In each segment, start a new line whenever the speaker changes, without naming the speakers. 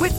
With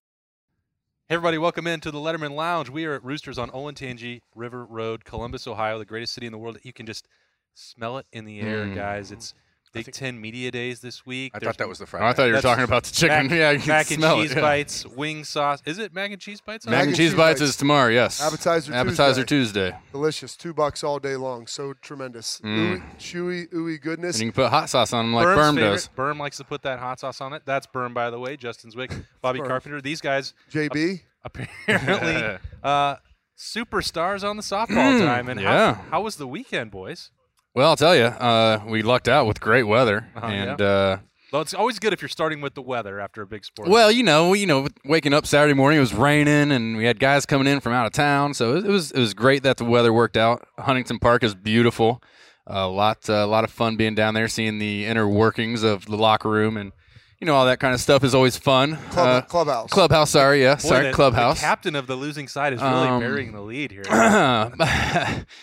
Hey everybody, welcome into the Letterman Lounge. We are at Roosters on Olentangy River Road, Columbus, Ohio, the greatest city in the world. You can just smell it in the air, guys. It's Big Ten Media Days this week.
I
There's
thought that was the Friday.
Hmm. I thought you were
That's-
talking about the chicken.
Mac,
yeah, you can
mac and
smell
cheese
it, yeah.
bites, wing sauce. Is it mac and cheese bites?
Mac and cheese bites is tomorrow. Yes.
Appetizer
Appetizer
Tuesday.
Tuesday.
Delicious. Two bucks all day long. So tremendous. Ooey, chewy, ooey goodness.
Mm. And you can put hot sauce on them like
Berm's
Berm
favorite.
does.
Berm likes to put that hot sauce on it. That's Berm, by the way. Justin Zwick, Bobby Carpenter. These guys
JB?
apparently uh, superstars on the softball time. And how-
Hmm. yeah.
how, was the weekend, boys?
Well, I'll tell you, uh, we lucked out with great weather,
Uh-huh,
and
yeah.
uh,
Well, it's always good if you're starting with the weather after a big sport.
well, you know, you know, waking up Saturday morning, it was raining, and we had guys coming in from out of town, so it, it was it was great that the weather worked out. Huntington Park is beautiful. A lot, a lot of fun being down there, seeing the inner workings of the locker room, and you know, all that kind of stuff is always fun.
Club-
Uh,
clubhouse.
clubhouse. Sorry, yeah,
Boy,
sorry,
the- the
clubhouse.
captain of the losing side is really
Um,
burying the lead here.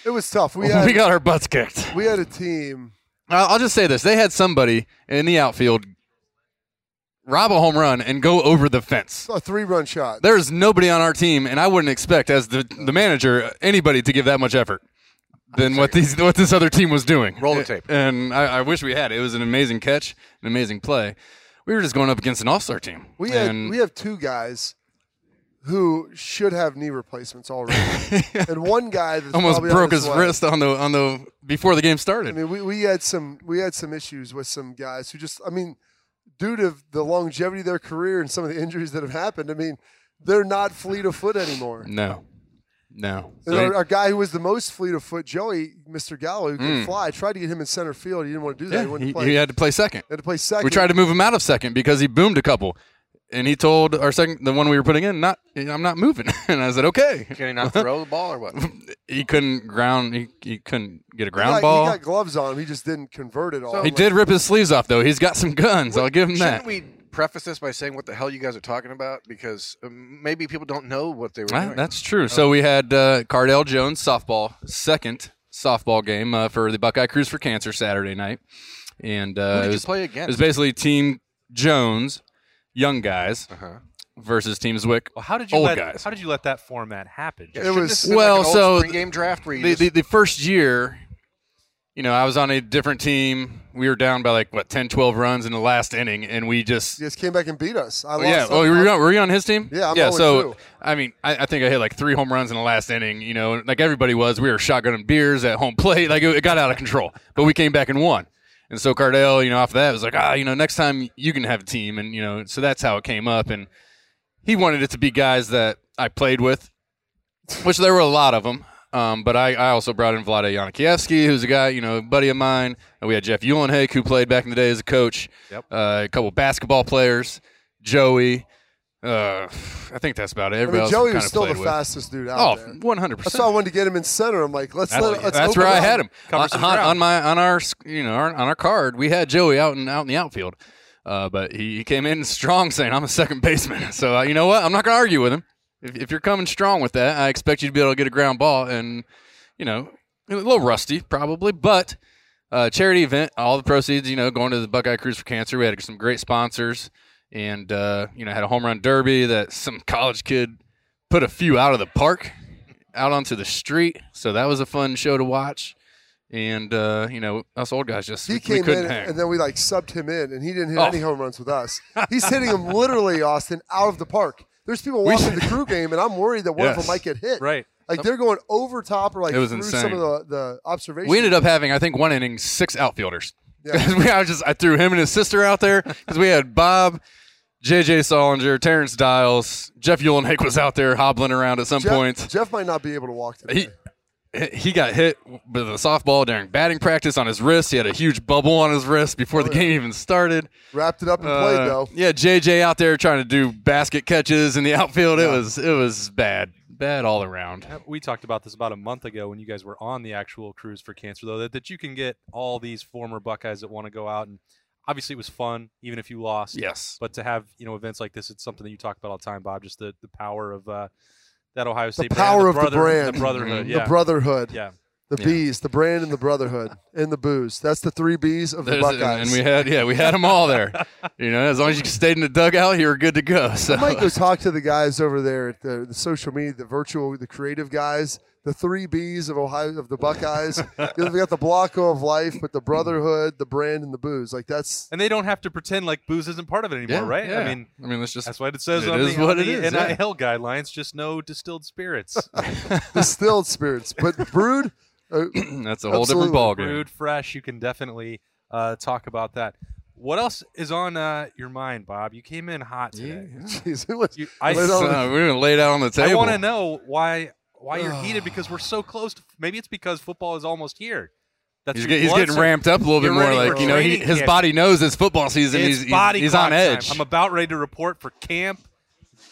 It was tough. We
we,
had, we,
got our butts kicked.
had a team.
I'll I'll just say this: they had somebody in the outfield rob a home run and go over the fence.
A three run shot.
There's nobody on our team, and I wouldn't expect, as the, the manager, anybody to give that much effort than what these what this other team was doing.
Roll the tape.
And I, I wish we had. It was an amazing catch, an amazing play. We were just going up against an all-star team.
We had,
and
we have two guys who should have knee replacements already. and one guy that's
almost
probably on
broke his
way.
wrist on the on the before the game started.
I mean, we, we had some we had some issues with some guys who just I mean, due to the longevity of their career and some of the injuries that have happened, I mean, they're not fleet of foot anymore.
no, no.
And our, our guy who was the most fleet of foot, Joey, Mr. Gallo, who can fly, tried to get him in center field. He didn't want to do that.
Mm. yeah,
he wouldn't
he,
play.
he had to play second.
He had to play second.
We tried to move him out of second because he boomed a couple, and he told our second, the one we were putting in, not I'm not moving. And I said, okay.
Can he not throw the ball or what?
He couldn't ground. He, he couldn't get a
He got-
ground ball.
He got gloves on him. He just didn't convert it all.
So-
He did rip his sleeves off though. He's got some guns. I'll give him
Shouldn't
that.
we preface this by saying what the hell you guys are talking about? Because um, maybe people don't know what they were
Ah,
doing.
that's true. So we had uh, Cardell Jones softball second softball game uh, for the Buckeye Cruise for Cancer Saturday night, and uh,
Who did
it
you
was,
play
it
against?
was basically Team Jones, young guys,
Uh-huh.
versus Team Zwick.
Well, how did you
old
let
guys.
how did you let that format happen?
Yeah,
It
shouldn't
was-
this have been
Well,
like an old
so
spring game draft where you
the,
just-
the, the first year, you know, I was on a different team. We were down by like what 10, 12 runs in the last inning, and we just
He just came back and beat us. I lost.
yeah.
that
Oh, were you,
fight.
on, were you on his team?
Yeah, I'm
yeah.
0
So
and two.
I mean, I, I think I hit like three home runs in the last inning. You know, like everybody was. We were shotgunning beers at home plate. Like it, it got out of control, but we came back and won. And so Cardell, you know, off that was like, ah, you know, next time you can have a team, and you know, so that's how it came up. And he wanted it to be guys that I played with, which there were a lot of them. Um, but I, I also brought in Vlade Yanakiewski, who's a guy, you know, a buddy of mine. And we had Jeff Uhlenhake, who played back in the day as a coach.
Yep.
Uh, a couple basketball players, Joey. Uh, I think that's about it.
I
Everybody
mean, Joey
else
was
I
still the
kinda played with.
fastest dude out
Oh,
there.
100
That's why I
percent.
wanted to get him in center. I'm like, let's let, let's
That's
open
where I
up.
had him
Cover
on,
some
on-
ground.
on my on our sc- you know our, on our card. We had Joey out and out in the outfield, uh, but he, he came in strong, saying, "I'm a second baseman." So uh, you know what? I'm not going to argue with him. If, if you're coming strong with that, I expect you to be able to get a ground ball, and you know, a little rusty probably, but uh, charity event. All the proceeds, you know, going to the Buckeye Cruise for Cancer. We had some great sponsors, and uh, you know, had a home run derby that some college kid put a few out of the park, out onto the street. So that was a fun show to watch. And uh, you know, us old guys just
He
we, we
came
couldn't
in
hang.
and then we like subbed him in, and he didn't hit
Oh.
any home runs with us. He's hitting him literally, Austin, out of the park. There's people watching the crew game, and I'm worried that one of
Yes.
them might get hit.
Right.
Like they're going over top or like
It
through
was
some of
insane.
the, the observations.
we ended up having, I think, one inning, six outfielders.
Yeah.
We- I just I threw him and his sister out there because we had Bob, JJ Solinger, Terrence Dials, Jeff Uhlenhake was out there hobbling around at some
Jeff,
point.
Jeff might not be able to walk today.
He he got hit with a softball during batting practice on his wrist. He had a huge bubble on his wrist before the game even started.
Wrapped it up and Oh, played
Uh,
though.
Yeah, JJ out there trying to do basket catches in the outfield. It was it was bad, bad all around.
Uh, We talked about this about a month ago when you guys were on the actual cruise for cancer, though, that, that you can get all these former Buckeyes that want to go out. And obviously, it was fun, even if you lost.
Yes,
But to have you know events like this, it's something that you talk about all the time, Bob. Just the, the power of uh, that Ohio State
power
brand,
of the brand. Mm-hmm.
the brotherhood,
Mhm.
yeah,
The brotherhood,
yeah.
the bees, the brand, and the brotherhood, and the booze. That's the three B's of the
There's- and-
Buckeyes.
and we had yeah we had them all there. you know, as long as you stayed in the dugout, you were good to go. So
I might go talk to the guys over there at the, the social media, the virtual, the creative guys, the three B's of Ohio of the Buckeyes. we got the Blocko of life, but the brotherhood, the brand, and the booze. Like that's
And they don't have to pretend like booze isn't part of it anymore,
yeah,
right?
yeah.
I mean,
I mean, let's just
that's what it says
It
on
is
the,
what
on
it
the
is, yeah.
NIL guidelines. Just no distilled spirits,
distilled spirits, but brewed. Uh,
that's a whole
Absolutely.
different ballgame.
brewed fresh. You can definitely uh, talk about that. What else is on uh, your mind, Bob? You came in hot today.
jeez, it was.
You, I,
Laid on
So, we're gonna lay it out on the table.
I want to know why why you're heated because we're so close. To, maybe it's because football is almost here. That's
He's,
your
get- he's
blood
getting
cir-
ramped up a little bit
You're
more.
ready for
Like you know, he,
training
his
camp.
body knows it's football season.
It's
he's he's,
body
he's
clock
on
time.
edge.
I'm about ready to report for camp,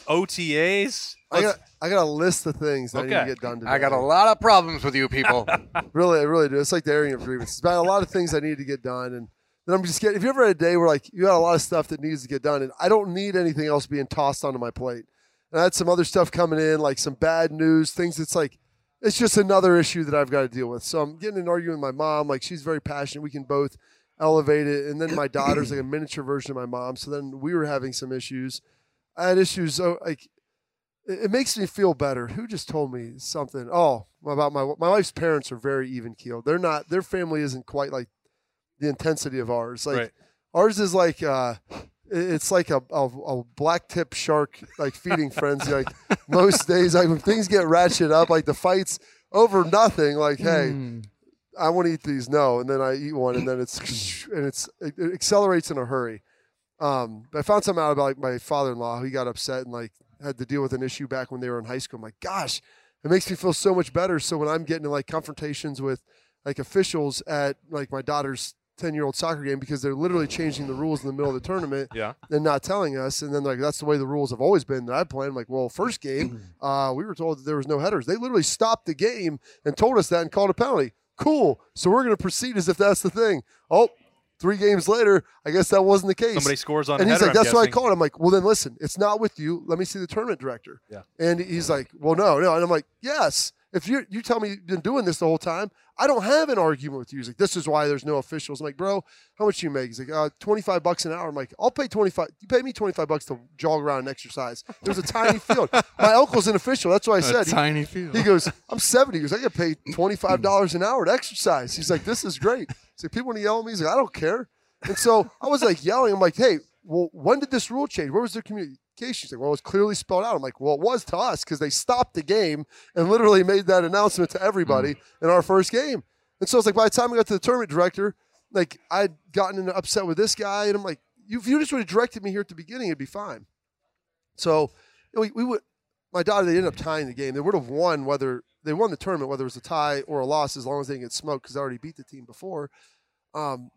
OTAs.
I got I got a list of things that I need
Okay.
to get done today.
I got a lot of problems with you people.
Really, I really do. It's like the airing of grievances. But I got a lot of things I need to get done, and then I'm just getting. If you ever had a day where like you got a lot of stuff that needs to get done, and I don't need anything else being tossed onto my plate, and I had some other stuff coming in, like some bad news, things that's like, it's just another issue that I've got to deal with. So I'm getting an argument with my mom. Like she's very passionate. We can both elevate it, and then my daughter's like a miniature version of my mom. So then we were having some issues. I had issues oh, like it it makes me feel better. Who just told me something? Oh, about my my wife's parents are very even keeled. They're not. Their family isn't quite like the intensity of ours. Like
Right.
ours is like uh, i- it's like a, a, a black tip shark like feeding frenzy. Like most days, like when things get ratcheted up, like the fights over nothing. Like hey. I want to eat these. No, and then I eat one, and then it's and it's it, it accelerates in a hurry. Um, but I found something out about like my father-in-law who got upset and like had to deal with an issue back when they were in high school. I'm like, gosh, it makes me feel so much better. So when I'm getting in like confrontations with like officials at like my daughter's 10-year-old soccer game because they're literally changing the rules in the middle of the tournament
Yeah.
and not telling us, and then like that's the way the rules have always been that I play. I'm like, well, first game, uh, we were told that there was no headers. They literally stopped the game and told us that and called a penalty. Cool. So we're going to proceed as if that's the thing. Oh, three games later, I guess that wasn't the case.
Somebody scores on
And
a
he's
header,
like, that's
I'm
what I
guessing.
called. I'm like, well, then listen, it's not with you. Let me see the tournament director.
Yeah.
And he's like, well, no, no. And I'm like, yes. If you you tell me you've been doing this the whole time, I don't have an argument with you. He's like, this is why there's no officials. I'm like, bro, how much you make? He's like, uh, 25 bucks an hour. I'm like, I'll pay 25. You pay me 25 bucks to jog around and exercise. It was a tiny field. My uncle's an official. That's what I
a
said. He-
tiny field.
he goes, I'm 70. He goes, I get paid $25 an hour to exercise. He's like, this is great. He's like, people want to yell at me. He's like, I don't care. And so I was like yelling. I'm like, hey, well, when did this rule change? Where was the communication? He's like, well, it was clearly spelled out. I'm like, well, it was to us because they stopped the game and literally made that announcement to everybody in our first game. And so it's like, by the time I got to the tournament director, like I'd gotten into upset with this guy, and I'm like, you, if you just would have directed me here at the beginning, it'd be fine. So you know, we, we would my daughter, they ended up tying the game. They would have won whether they won the tournament, whether it was a tie or a loss, as long as they didn't get smoked because I already beat the team before. Um,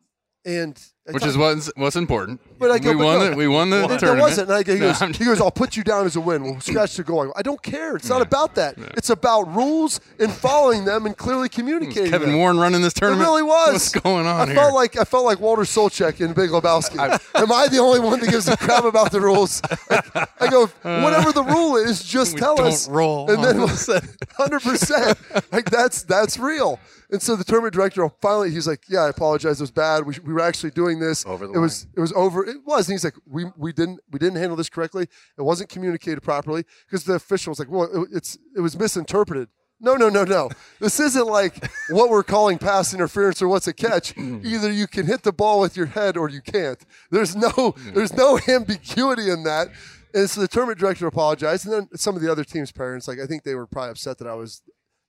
and I
Which
talked-
is what's what's important.
But I go,
we
but
won
no.
the we won the
There-
tournament.
there wasn't. And I, go- he,
No,
goes,
I'm-
he goes, I'll put you down as a win. We'll scratch the goal. I, go, "I don't care. It's not about that. It's about rules and following them and clearly communicating.
Kevin
them.
Warren running this tournament.
It really was.
What's going on
I
here?
felt like I felt like Walter Solchek in Big Lebowski. Am I the only one that gives a crap about the rules? I, I go, whatever the rule is, just
We
tell
don't
us.
roll
and then
100%.
hundred percent. Like that's that's real. And so the tournament director finally, he's like, "Yeah, I apologize. It was bad. We, sh- we were actually doing this.
Over the
it was it was over. It was." And he's like, "We we didn't we didn't handle this correctly. It wasn't communicated properly because the official was like, well, it, it's it was misinterpreted." No, no, no, no. This isn't like what we're calling pass interference or what's a catch.
Mm-hmm.
Either you can hit the ball with your head or you can't. There's no there's no ambiguity in that. And so the tournament director apologized, and then some of the other team's parents, like I think they were probably upset that I was.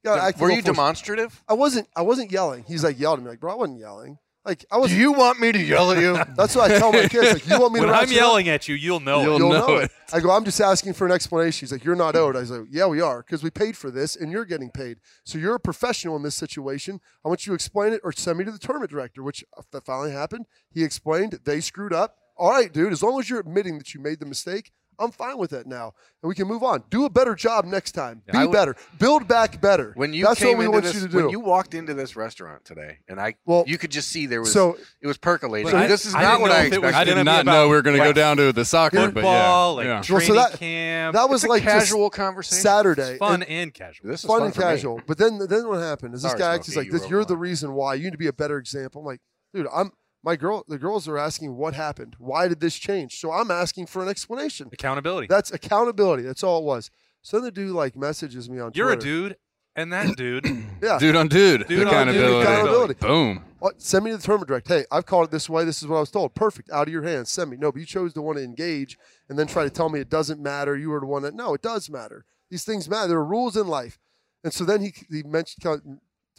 Yeah, I acted a
Were
little
you
forced-
demonstrative?
I wasn't. I wasn't yelling. He's like yelled at me, like, bro, I wasn't yelling. Like I was.
Do you want me to yell at you?
that's what I tell my kids. Like you want me
When
to. rat
I'm
you out?
yelling at you, you'll know.
You'll
it.
Oh, You'll
know
know,
it.
it. I go, I'm just asking for an explanation. He's like, you're not owed. I was like, yeah, we are because we paid for this and you're getting paid. So you're a professional in this situation. I want you to explain it or send me to the tournament director, which uh, that finally happened. He explained they screwed up. All right, dude, as long as you're admitting that you made the mistake, I'm fine with that now. And we can move on. Do a better job next time. Be
I would-
better. Build back better.
When you
That's what
came
we
into
want
this,
you to do.
when you walked into this restaurant today, and I,
Well,
you could just see there was
so-
it was percolating.
But I-
this is
I
not
didn't
what
know
I
if it
expected.
was
I
gonna
did
be
not know
about
we were going to go
like
down to the soccer, but
Football,
yeah,
like
yeah.
training
Well, so that-
camp.
that was
It's a
like just
casual conversation.
Saturday.
It's fun and casual.
This is
fun, and
for me.
casual. But then then what happened is this
Sorry,
guy
Smokey,
acts like
you
this.
wrote
You're
one.
the reason why you need to be a better example. I'm like, dude, I'm my girl. The girls are asking what happened. Why did this change? So I'm asking for an explanation.
Accountability.
That's accountability. That's all it was. So then the dude like messages me on
You're a
Twitter.
dude, and that dude. It's
Yeah.
dude on dude,
Dude on dude
accountability.
accountability.
Boom.
What? Send me to the tournament direct. Hey, I've called it this way. This is what I was told. Perfect. Out of your hands. Send me. No, but you chose to want to engage and then try to tell me it doesn't matter. You were the one that. No, it does matter. These things matter. There are rules in life. And so then he he mentioned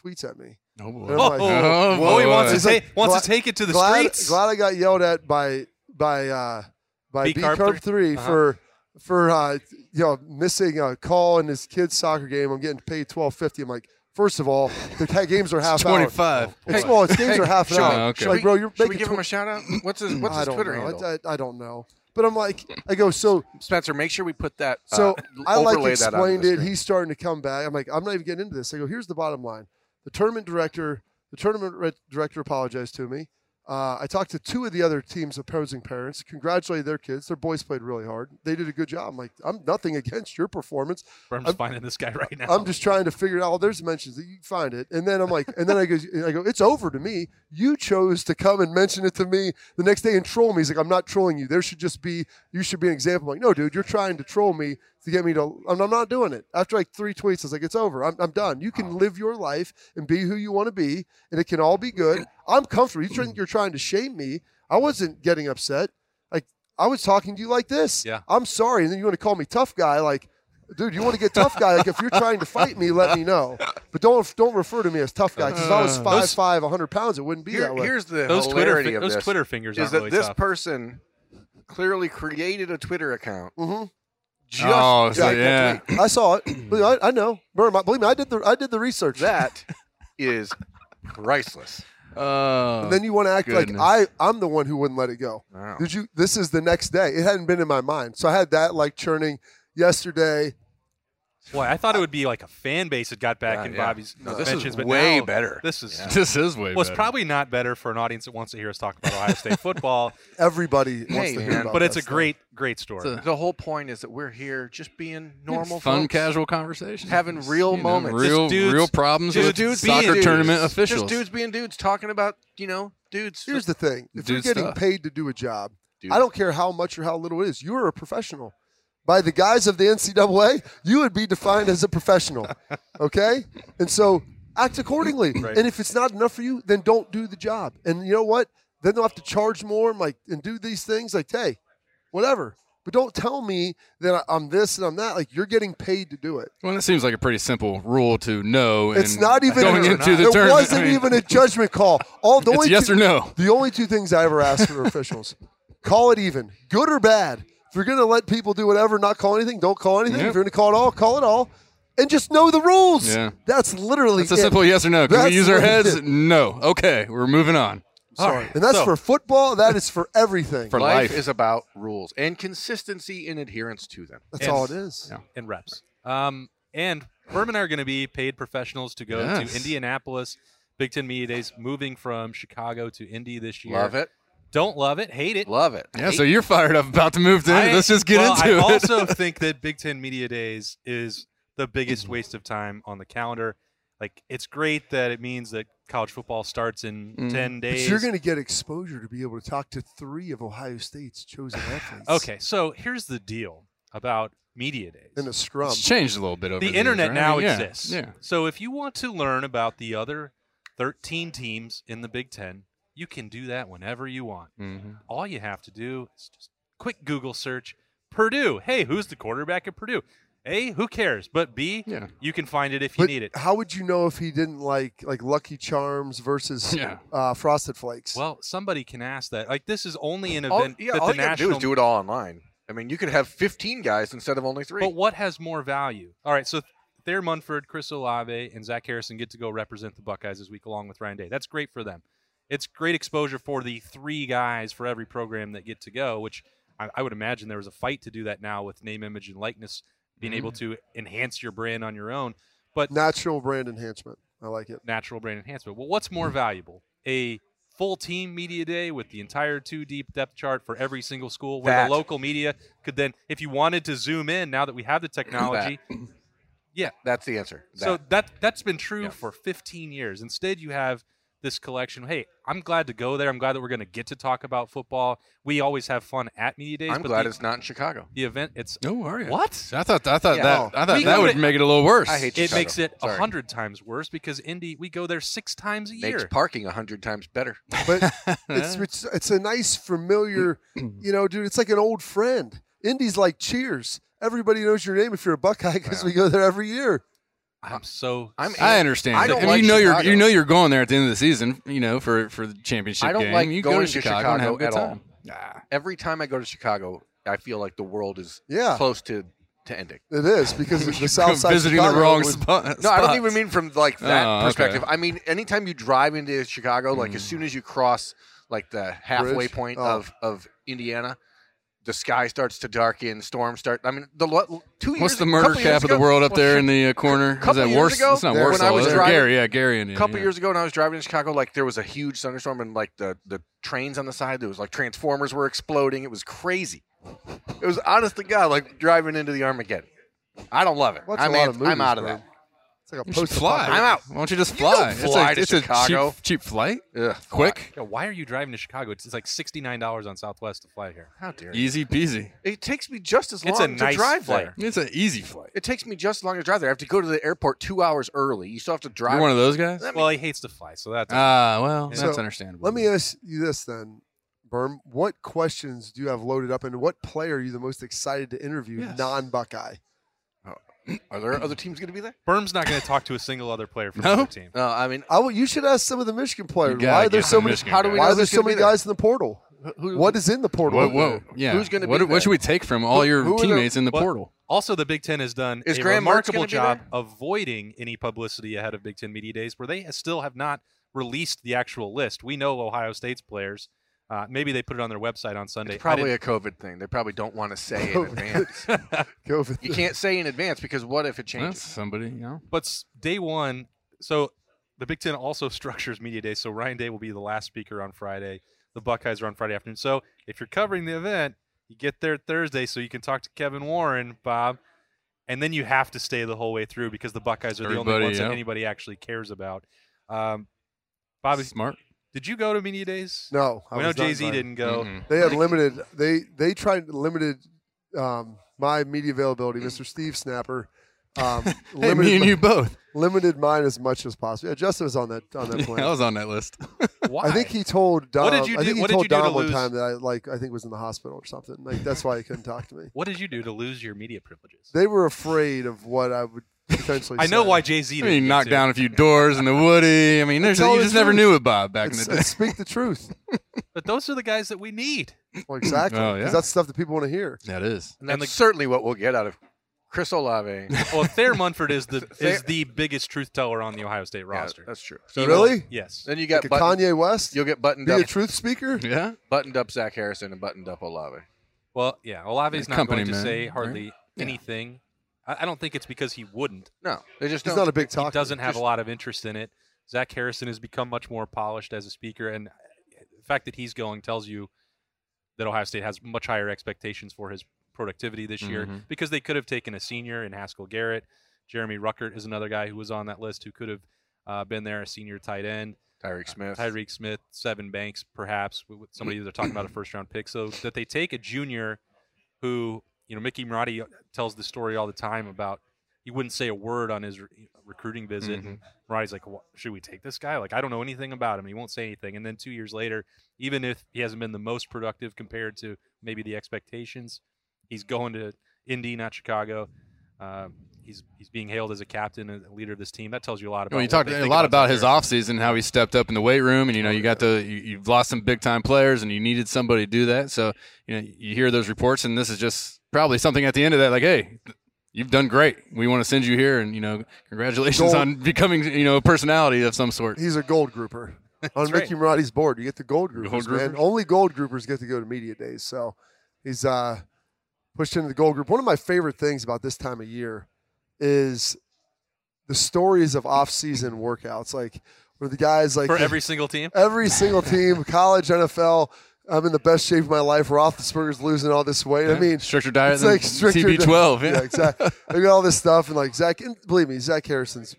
tweets at me.
Oh boy.
And I'm like,
Oh, oh, he wants to
He's like,
take- wants to
"Glad-
take it to the
glad,
streets."
Glad I got yelled at by by uh, by
B
B
Carb
Carb,
three? Uh-huh.
three for for uh, you know missing a call in his kid's soccer game. I'm getting paid twelve fifty. I'm like, first of all, the ca- games are half hour.
25.
It's, well, it's games are half an
Sean,
hour.
okay.
She's Like, bro, you're
Should we
making
give
tw-
him a shout out? What's his What's
I
his
don't
Twitter
know.
handle?
I, I, I don't know. But I'm like, I go so
Spencer, make sure we put that. uh,
so I like
overlay that onto
explained
the
it.
screen.
He's starting to come back. I'm like, I'm not even getting into this. I go, here's the bottom line. The tournament director, the tournament re- director apologized to me. Uh, I talked to two of the other team's opposing parents, congratulated their kids. Their boys played really hard. They did a good job. I'm like, I'm nothing against your performance.
Berm's
I'm-
finding this guy right now.
I'm just trying to figure it out. Well, there's mentions that you can find it, and then I'm like, and then I go, and I go, it's over to me. You chose to come and mention it to me the next day and troll me. He's like, I'm not trolling you. There should just be, you should be an example. I'm like, no, dude, you're trying to troll me to get me to. I'm, I'm not doing it. After like three tweets, I was like, it's over. I'm, I'm done. You can live your life and be who you want to be, and it can all be good. I'm comfortable. You think you're trying to shame me? I wasn't getting upset. Like I was talking to you like this.
Yeah.
I'm sorry, and then you want to call me tough guy, like dude, you want to get tough guy? Like, if you're trying to fight me, let me know. But don't don't refer to me as tough guy because if I was five
those-
five, 100 pounds, it wouldn't be
Here-
that way.
here's the
Those Twitter
hilarity
fi-
of
those
this,
Twitter fingers
is
aren't
that
really
this
tough.
person clearly created a Twitter account.
Mm-hmm.
Mhm.
Just
Oh, so
like
yeah.
that tweet.
I saw it. Believe- I, I know. Believe me, believe me, I did the I did the research.
That is priceless.
Uh,
And then you want to act
goodness.
like I I'm the one who wouldn't let it go.
Wow.
Did you? This is the next day. It hadn't been in my mind, so I had that like churning yesterday.
Boy, I thought it would be like a fan base that got back
Yeah,
in
yeah.
Bobby's
No, this is
mentions, but
way
now
better.
This is
this is way
well, it's
better.
probably not better for an audience that wants to hear us talk about Ohio State football,
Everybody wants
Hey,
to hear
man.
about
but it's a
that stuff.
great, great story.
It's
The whole point is that we're here just being normal,
fun,
folks,
casual conversation,
having real
You know,
moments,
real,
Just dudes-
real problems
just
with
dudes
being
soccer
dudes.
tournament officials.
Just dudes being dudes talking about you know dudes.
Here's the thing: if you're
Dude
getting
stuff.
paid to do a job,
Dude.
I don't care how much or how little it is. You are a professional. By the guise of the NCAA, you would be defined as a professional. Okay, and so act accordingly. And if it's not enough for you, then don't do the job. And you know what? Then they'll have to charge more and like and do these things. Like, hey, whatever. But don't tell me that I- I'm this and I'm that. Like you're getting paid to do it.
Well, that seems like a pretty simple rule to know.
It's
and
not even
going
a,
into the
it
tournament.
wasn't
I mean,
even a judgment call. All the
It's
only
yes
two-
or no.
The only two things I ever ask for officials: call it even, good or bad. If you're going to let people do whatever, not call anything, don't call anything.
Yep.
If you're going to call it all, call it all, and just know the rules.
Yeah.
That's literally
It's a
it.
simple yes or no. Can
That's
we use our
literally
heads?
it.
No. Okay, we're moving on.
Sorry,
And that's for football. That is for everything.
For
life,
life.
is about rules and consistency and adherence to them.
that's all it is.
Yeah.
and reps. Um, and Berm and I are going to be paid professionals to go
Yes.
to Indianapolis. Big Ten Media Days, moving from Chicago to Indy this year.
Love it,
Don't love it. Hate it.
love it.
Yeah, so you're fired up about to move to.
I-
Let's just get
well,
into
I
it.
also think that Big Ten Media Days is the biggest waste of time on the calendar. Like, it's great that it means that college football starts in
Mm.
10
But
days.
you're going to get exposure to be able to talk to three of Ohio State's chosen athletes.
okay, so here's the deal about Media Days.
In a scrum.
it's changed a little bit over
the
years,
internet
right?
now
I mean, yeah,
exists.
Yeah.
So if you want to learn about the other 13 teams in the Big Ten, you can do that whenever you want.
Mhm.
All you have to do is just quick Google search Purdue. Hey, who's the quarterback at Purdue? A, who cares? But B,
Yeah.
you can find it if you
But
need it.
how would you know if he didn't like like Lucky Charms versus
Yeah.
uh, Frosted Flakes?
Well, somebody can ask that. Like this is only an
All,
event
yeah,
that
all
the
you gotta do
national.
is do it all online. I mean, you could have 15 guys instead of only three.
But what has more value? All right, so Thayer Munford, Chris Olave, and Zach Harrison get to go represent the Buckeyes this week along with Ryan Day. That's great for them. It's great exposure for the three guys for every program that get to go, which I, I would imagine there was a fight to do that now with name, image, and likeness, being able to enhance your brand on your own. But
Natural brand enhancement. I like it.
natural brain enhancement. Well, what's more valuable? A full team media day with the entire two deep depth chart for every single school where
That.
the local media could then if you wanted to zoom in now that we have the technology.
That's the answer.
So
That.
that that's been true
Yeah.
for 15 years. Instead you have this collection. Hey, I'm glad to go there. I'm glad that we're going to get to talk about football. We always have fun at media days.
I'm
but
glad
the,
it's not in Chicago.
the event it's
No, are you?
What?
I thought I thought
Yeah.
that I thought
We
that
go
would
to-
make it a little worse.
I hate
it
Chicago.
makes it a
Sorry.
hundred times worse because Indy we go there six times a year.
Makes parking 100 times better.
But it's, it's it's a nice familiar, you know, dude. It's like an old friend. Indy's like Cheers. Everybody knows your name if you're a Buckeye because we go there every year.
I'm so
I'm
I understand. that.
I don't
I mean,
like
you know
Chicago.
you're you know you're going there at the end of the season. You know for for the championship.
I don't
game.
like
you go
going
to
to
Chicago, and have a
Chicago
good
at all.
time.
Every time I go to Chicago, I feel like the world is
Yeah.
close to, to ending.
It is because the
Go
South Side
visiting
Chicago
the wrong
was-
spot.
No, I don't even mean from like that
Oh, okay. Mm.
perspective. I mean, anytime you drive into Chicago, like as soon as you cross like the halfway
Bridge?
point
Oh.
of of Indiana, the sky starts to darken, storms start. I mean, the lo- two years.
What's the murder
couple years
cap of the
ago-
world up
well,
there
shit,
in the uh, corner?
couple
Is that
years
worse?
ago,
It's not
when
worse.
I was driving-
Gary, yeah, Gary, Indiana.
A couple
yeah.
years ago, when I was driving in Chicago, like there was a huge thunderstorm and like the the trains on the side, there was like transformers were exploding. It was crazy. It was honest to God, like driving into the Armageddon. I don't love it.
Watch a
I'm,
lot
an-
of movies,
I'm out of
bro.
that.
It's like a
You should
post
fly.
I'm out.
Why don't you just
You don't
fly? it's
fly
a,
to
it's a
Chicago.
cheap, cheap flight.
Ugh,
Quick,
Yeah, why are you driving to Chicago? It's, it's like sixty nine dollars on Southwest to fly here.
How dare you?
easy peasy.
It takes me just as long
It's a nice
to drive
flight.
there.
It's an easy flight.
It takes me just as long to drive there. I have to go to the airport two hours early. You still have to drive.
You're one of those guys.
well, he hates to fly, so that's
Uh,
Ah, well,
So,
that's understandable.
Let me ask you this then, Berm. What questions do you have loaded up, and what player are you the most excited to interview,
Yes.
non-Buckeye?
Are there other teams going to be there?
Berm's not going to talk to a single other player from
No?
another team.
No, I mean,
Uh, I will, you should ask some of the Michigan
You
players
gotta
why
get
there's
some
so many.
Michigan
how do we
Why
know
are there
there's
so
gonna
many
be there?
guys in the portal?
Who-
What is in the portal?
Whoa, whoa, yeah.
Who's gonna
what,
be
what
there?
should we take from all your
who are the-
teammates in the
Well,
portal?
Also, the Big Ten has done
Is
a
Graham Mertz
remarkable
gonna be
job
there?
avoiding any publicity ahead of Big Ten Media Days, where they still have not released the actual list. We know Ohio State's players. Uh, maybe they put it on their website on Sunday. I
it's probably
didn't-
a COVID thing. They probably don't want to say in advance.
COVID.
You can't say in advance because what if it
Well,
changes?
somebody, you know.
but s- day one, so the Big Ten also structures media day. So Ryan Day will be the last speaker on Friday. The Buckeyes are on Friday afternoon. So if you're covering the event, you get there Thursday so you can talk to Kevin Warren, Bob, and then you have to stay the whole way through because the Buckeyes are the only
Everybody,
ones
yeah.
that anybody actually cares about. Um, Bob, if-
Smart.
did you go to media days?
No, I
we know
was not
Jay Z
invited.
didn't go.
Mhm.
They had limited. They they tried limited um, my media availability. Mr. Steve Snapper um,
Hey, me and
my-
you both.
limited mine as much as possible. Yeah, Justin was on that on that plan.
I was on that list.
Why?
I think he told Dom.
What did you
I
do-
think he
what did
told
you do to
Dom one
lose-
time that I like. I think was in the hospital or something. Like that's why he couldn't talk to me.
what did you do to lose your media privileges?
They were afraid of what I would potentially.
I know
say.
why Jay Z
I
didn't
mean,
get
knocked
to.
down a few doors in the Woody. I mean, there's,
Tell
you
the
just never
truth.
knew it, Bob, back
It's,
in the day.
it's speak the truth.
But those are the guys that we need.
Well, exactly.
Oh, yeah.
Because that's stuff that people want to hear.
That is.
And that's
and the-
certainly what we'll get out of Chris Olave. Yeah,
Well, Thayer Munford is the
Thayer-
is the biggest truth teller on the Ohio State roster.
that's true.
He will-
really?
yes.
Then you
Like
got
a
button-
Kanye West?
You'll get buttoned
Be a
up,
truth speaker?
Yeah.
buttoned up Zach Harrison and buttoned up Olave.
Well, yeah, Olave's not
Yeah, company
going to
man,
say
right?
hardly
Yeah.
anything. I, I don't think it's because he wouldn't.
No, they just
He's
don't.
not a big
he
talker.
doesn't have a
just-
lot of interest in it. Zach Harrison has become much more polished as a speaker, and uh, the fact that he's going tells you that Ohio State has much higher expectations for his productivity this year
Mhm.
because they could have taken a senior in Haskell Garrett. Jeremy Ruckert is another guy who was on that list who could have uh, been there, a senior tight end.
Tyreek Smith.
Tyreek Smith, Seven Banks, perhaps with with somebody they're talking about a first round pick. So that they take a junior who, you know, Mickey Marotti tells the story all the time about he wouldn't say a word on his re- recruiting visit. And
Mm-hmm.
Marotti's like, "Wha- should we take this guy? Like, I don't know anything about him. He won't say anything. And then two years later, even if he hasn't been the most productive compared to maybe the expectations, he's going to Indy, not Chicago. Uh, he's he's being hailed as a captain and a leader of this team. That tells you a lot about.
Well, you
what
talked
they
a
think
lot
about
about
Zach
his
Ertz.
offseason, how he stepped up in the weight room, and you know you got the you, you've lost some big time players, and you needed somebody to do that. So you know you hear those reports, and this is just probably something at the end of that, like, hey, you've done great. We want to send you here, and you know congratulations
Gold.
on becoming you know a personality of some sort.
He's a gold grouper. On Mickey Marotti's board, you get the gold groupers,
Gold
man.
groupers?
Only gold groupers get to go to media days. So he's uh, pushed into the gold group. One of my favorite things about this time of year is the stories of off-season workouts, like where the guys like
for every single team.
every single team, college, NFL. I'm in the best shape of my life. Roethlisberger's losing all this weight. I mean,
Structured diet,
it's
then
like stricter
TB12.
Yeah,
Yeah.
exactly. They got all this stuff, and like Zach, and believe me, Zach Harrison's.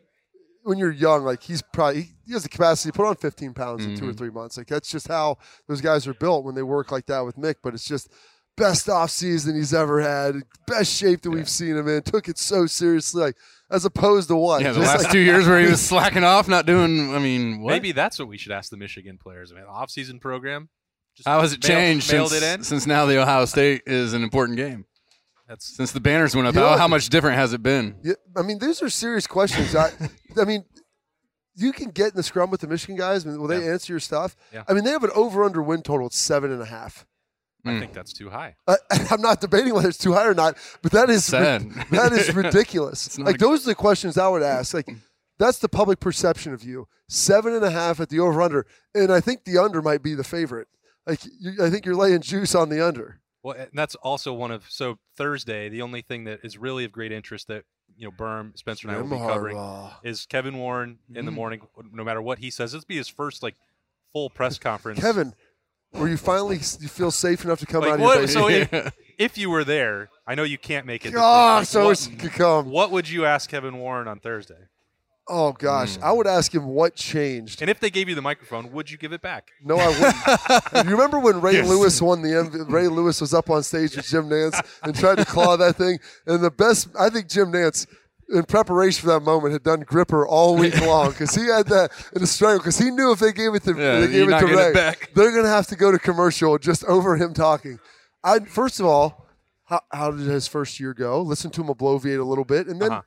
When you're young, like he's probably he- he has the capacity to put on 15 pounds in two
Mm-hmm.
or three months. Like that's just how those guys are built when they work like that with Mick. But it's just best off season he's ever had, best shape that we've seen him in. Took it so seriously, like as opposed to what?
Yeah, the
Just,
last
like,
two years where he was slacking off, not doing. I mean, what?
Maybe that's what we should ask the Michigan players. I mean, off-season program. Just
how has it
mailed-
changed
Mailed
since,
it in.
since now the Ohio State is an important game?
That's
Since the banners went up,
Yeah.
how, how much different has it been?
Yeah, I mean, these are serious questions. I, I mean, you can get in the scrum with the Michigan guys. I mean, will they answer your stuff?
Yeah.
I mean, they have an over/under win total at seven and a half.
I
Mm.
think that's too high.
I, Uh, I'm not debating whether it's too high or not, but that is rid-
Sad.
that is ridiculous.
It's not
like
a-
those are the questions I would ask. Like that's the public perception of you. Seven and a half at the over/under, and I think the under might be the favorite. Like you, I think you're laying juice on the under.
Well, and that's also one of so Thursday. The only thing that is really of great interest that you know Berm Spencer and I will be covering is Kevin Warren in the
Hmm.
morning. No matter what he says, this will be his first like full press conference.
Kevin, were you finally you feel safe enough to come
like
out of
what?
your basement?
So if, if you were there, I know you can't make it. this week,
Oh,
like,
so
what,
it's could come.
what would you ask Kevin Warren on Thursday?
Oh gosh,
Hmm.
I would ask him what changed.
And if they gave you the microphone, would you give it back?
No, I wouldn't. you remember when Ray Lewis won the MV- Ray Lewis was up on stage with Jim Nance and tried to claw that thing. And the best, I think Jim Nance, in preparation for that moment, had done gripper all week long because he had that in a struggle because he knew if they gave it to
Yeah,
they
you're
gave it
not
to
getting it
Ray,
back.
they're gonna have to go to commercial just over him talking. I first of all, how, how did his first year go? Listen to him obloviate a little bit, and then
Uh-huh.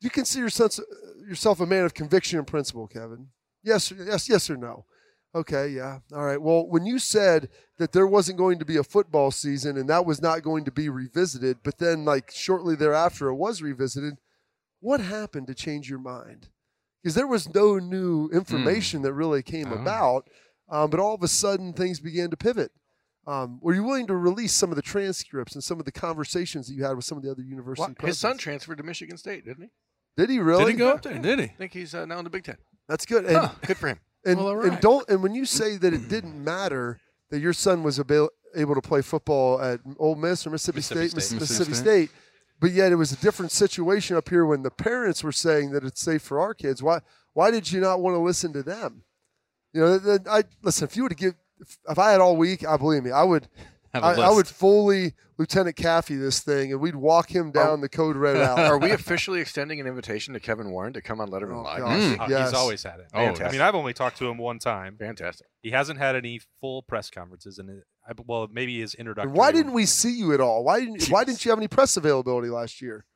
you consider sense, yourself a man of conviction and principle, Kevin. Yes, yes, yes, or no. Okay, yeah. All right. Well, when you said that there wasn't going to be a football season and that was not going to be revisited, but then like shortly thereafter it was revisited, what happened to change your mind? Because there was no new
Hmm.
information that really came
Oh.
about, um, but all of a sudden things began to pivot. Um, were you willing to release some of the transcripts and some of the conversations that you had with some of the other university?
Well, his son
presidents?
transferred to Michigan State, didn't he?
did he really?
Did he go up there? Did he?
I think he's uh, now in the Big Ten.
That's good. And
Good for him.
and,
Well, all
and
right.
don't and when you say that it didn't matter that your son was abil- able to play football at Ole Miss or Mississippi,
Mississippi
State, Miss-
State.
Mississippi
Mississippi
State. but yet it was a different situation up here when the parents were saying that it's safe for our kids. Why why did you not want to listen to them? You know, that- that- I listen. If you would give, if, if I had all week, I believe me, I would.
Have a
I, I
list.
would fully Lieutenant Caffey this thing, and we'd walk him down the code red
Are
out.
we officially extending an invitation to Kevin Warren to come on Letterman
Oh,
Live? Hmm.
gosh.
Uh,
Yes.
He's always had it.
Oh,
I mean,
fantastic.
I've only talked to him one time.
Fantastic.
He hasn't had any full press conferences, and it- I, well, maybe his introductory.
And why
one.
didn't we see you at all? Why didn't Why didn't you have any press availability last year?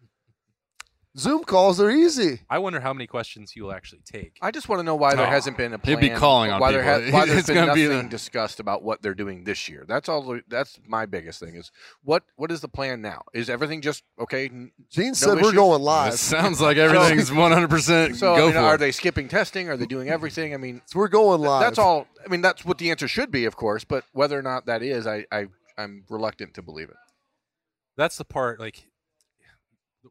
Zoom calls are easy.
I wonder how many questions he will actually take.
I just want to know why there
Oh,
hasn't been a plan.
he'd be calling on
why there
people.
ha- why
It's
there's been
gonna be
nothing
the-
discussed about what they're doing this year. That's all. the- That's my biggest thing is what what is the plan now? Is everything just okay? n-
Gene
no
said we're
issues?"
going
It
live.
sounds like everything's 100%
So I
go
mean,
for
are
it.
they skipping testing? Are they doing everything? I mean,
we're going
th-
Mm-hmm. live.
that's all. I mean, that's what the answer should be, of course. But whether or not that is, I, I I'm reluctant to believe it.
that's the part like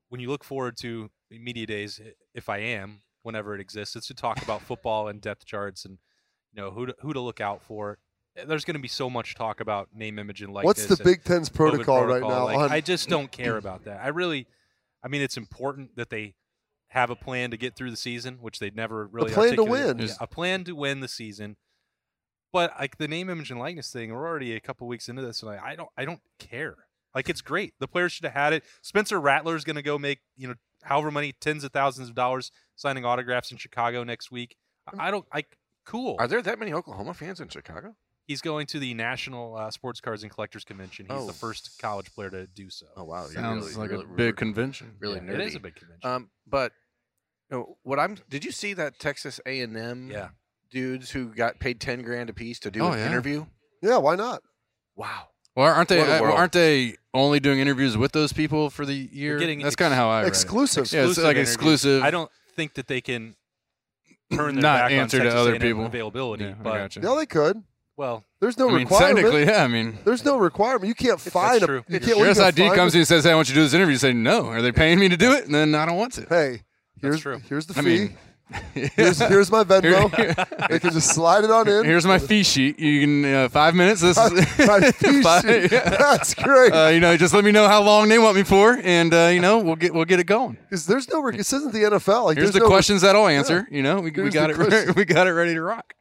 when you look forward to media days i- if i am whenever it exists it's to talk about football and depth charts and you know who to, who to look out for Uh, there's going to be so much talk about name image and likeness
What's the
and
Big Ten's
COVID
protocol, right
protocol.
now?
Like,
on,
i just don't care about that i really i mean it's important that they have a plan to get through the season which they never really
plan to
articulated.
win.
Yeah,
Is-
a plan to win the season but like the name image and likeness thing we're already a couple weeks into this and I, I don't i don't care like it's great the players should have had it spencer rattler is going to go make you know however many tens of thousands of dollars signing
Mm.
autographs in chicago next week I- i don't like cool
Are there that many Oklahoma fans in Chicago?
He's going to the National uh, Sports Cards and Collectors Convention. He's
Oh.
the first college player to do so.
Oh wow, you're
Sounds
really-
like
really,
a
really-
big convention.
really
it is
nerdy.
a big convention.
Um, but you know, what I'm did you see that Texas A and M
yeah,
dudes who got paid ten grand a piece to do
Oh,
an
yeah.
interview?
Yeah, why not?
Wow,
Well, aren't they?
What a
uh, well,
world.
aren't they only doing interviews with those people for the year?
getting
That's
ex-
kind of how I read it.
Exclusive.
Yeah, it's like
interviews.
exclusive.
I don't think that they can turn their
Not
back
answer
on
to
Texas
other
A&M
people.
availability.
Yeah, I
but
gotcha.
Yeah, they could.
well,
There's no
I mean,
requirement.
technically, yeah. I mean,
There's no requirement. You can't find
that's
a.
true.
You
It's
your
can't, what are you
SID comes
gonna
to
find
you and says, "Hey, I want you to do this interview." You say, "No." Are they paying me to do it? And then I don't want to.
a- Hey, here's
true.
here's the fee.
I mean,
here's, here's my
Here-
Venmo. they can just slide it on in.
here's my fee sheet. You can uh, five minutes. This is
My fee
Five-
sheet.
yeah.
That's great.
Uh, you know, just let me know how long they want me for, and uh, you know, we'll get we'll get it going.
Because there's no. This isn't the NFL. Like,
Here's
there's
the
no,
questions that I'll answer. You know, we, we
Here's
got
the
it re-
question.
we got it ready to rock.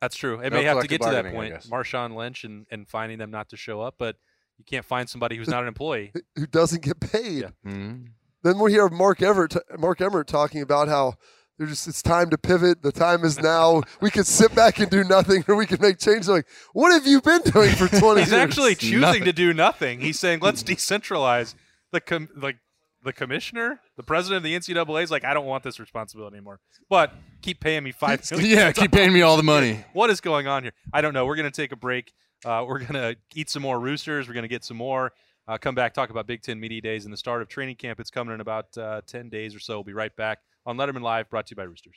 that's true. It
No
may have to
collective
get to that
bargaining, I
point,
guess.
Marshawn Lynch and, and finding them not to show up, but you can't find somebody who's not an employee.
Who doesn't get paid?
Yeah. Mm-hmm.
Then we hear Mark Everett, Mark Emmert talking about how they're just it's time to pivot. The time is now. we can sit back and do nothing, or we can make changes. Like, what have you been doing for 20
He's
years?
actually choosing
nothing.
to do nothing. He's saying, "Let's decentralize." The com- like the commissioner, the president of the NCAA is like, "I don't want this responsibility anymore." But keep paying me five million.
Yeah, keep paying me all the money.
What is going on here? I don't know. We're gonna take a break. Uh, we're gonna eat some more roosters. We're gonna get some more. Uh, come back, talk about Big Ten Media Days and the start of training camp. It's coming in about uh, ten days or so. We'll be right back on Letterman Live, brought to you by Roosters.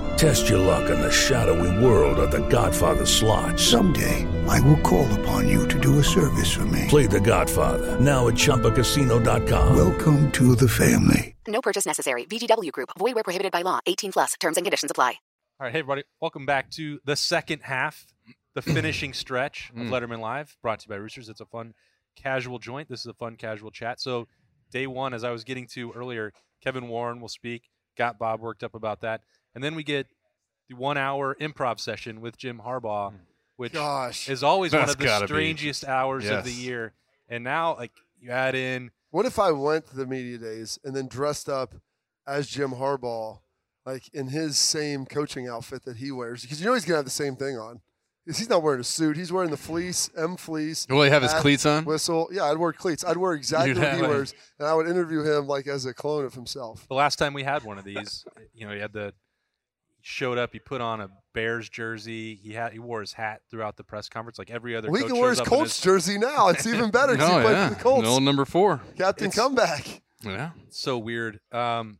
Test your luck in the shadowy world of The Godfather slot.
Someday, I will call upon you to do a service for me.
Play The Godfather now at ChumbaCasino.com.
Welcome to the family.
No purchase necessary. VGW Group. Void where prohibited by law. 18 plus. Terms and conditions apply.
All right, hey everybody, welcome back to the second half, the finishing stretch of
Mm.
Letterman Live, brought to you by Roosters. It's a fun, casual joint. This is a fun, casual chat. So, day one, as I was getting to earlier, Kevin Warren will speak. Got Bob worked up about that, and then we get the one-hour improv session with Jim Harbaugh, which
Gosh,
is always one
Mm. That's
of the
gotta be-
strangest hours of the
Yes.
year. And now, like you add in
What if I went to the media days and then dressed up as Jim Harbaugh, like in his same coaching outfit that he wears? Because you know he's gonna have the same thing on. 'Cause He's not wearing a suit. He's wearing the fleece, M fleece.
Will he have his
hat,
cleats on?
Whistle. Yeah, I'd wear cleats. I'd wear exactly
You'd
what he
have-
wears, and I would interview him like as a clone of himself.
The last time we had one of these, eh, you know, he had the he showed up. He put on a Bears jersey. He had he wore his hat throughout the press conference, like every other.
We
coach
can wear
shows
his
up in
Colts jersey now. It's even better because
No,
he played
Oh, yeah.
for the Colts.
No, number four.
Captain
it's-
comeback.
Yeah.
It's so weird. Um,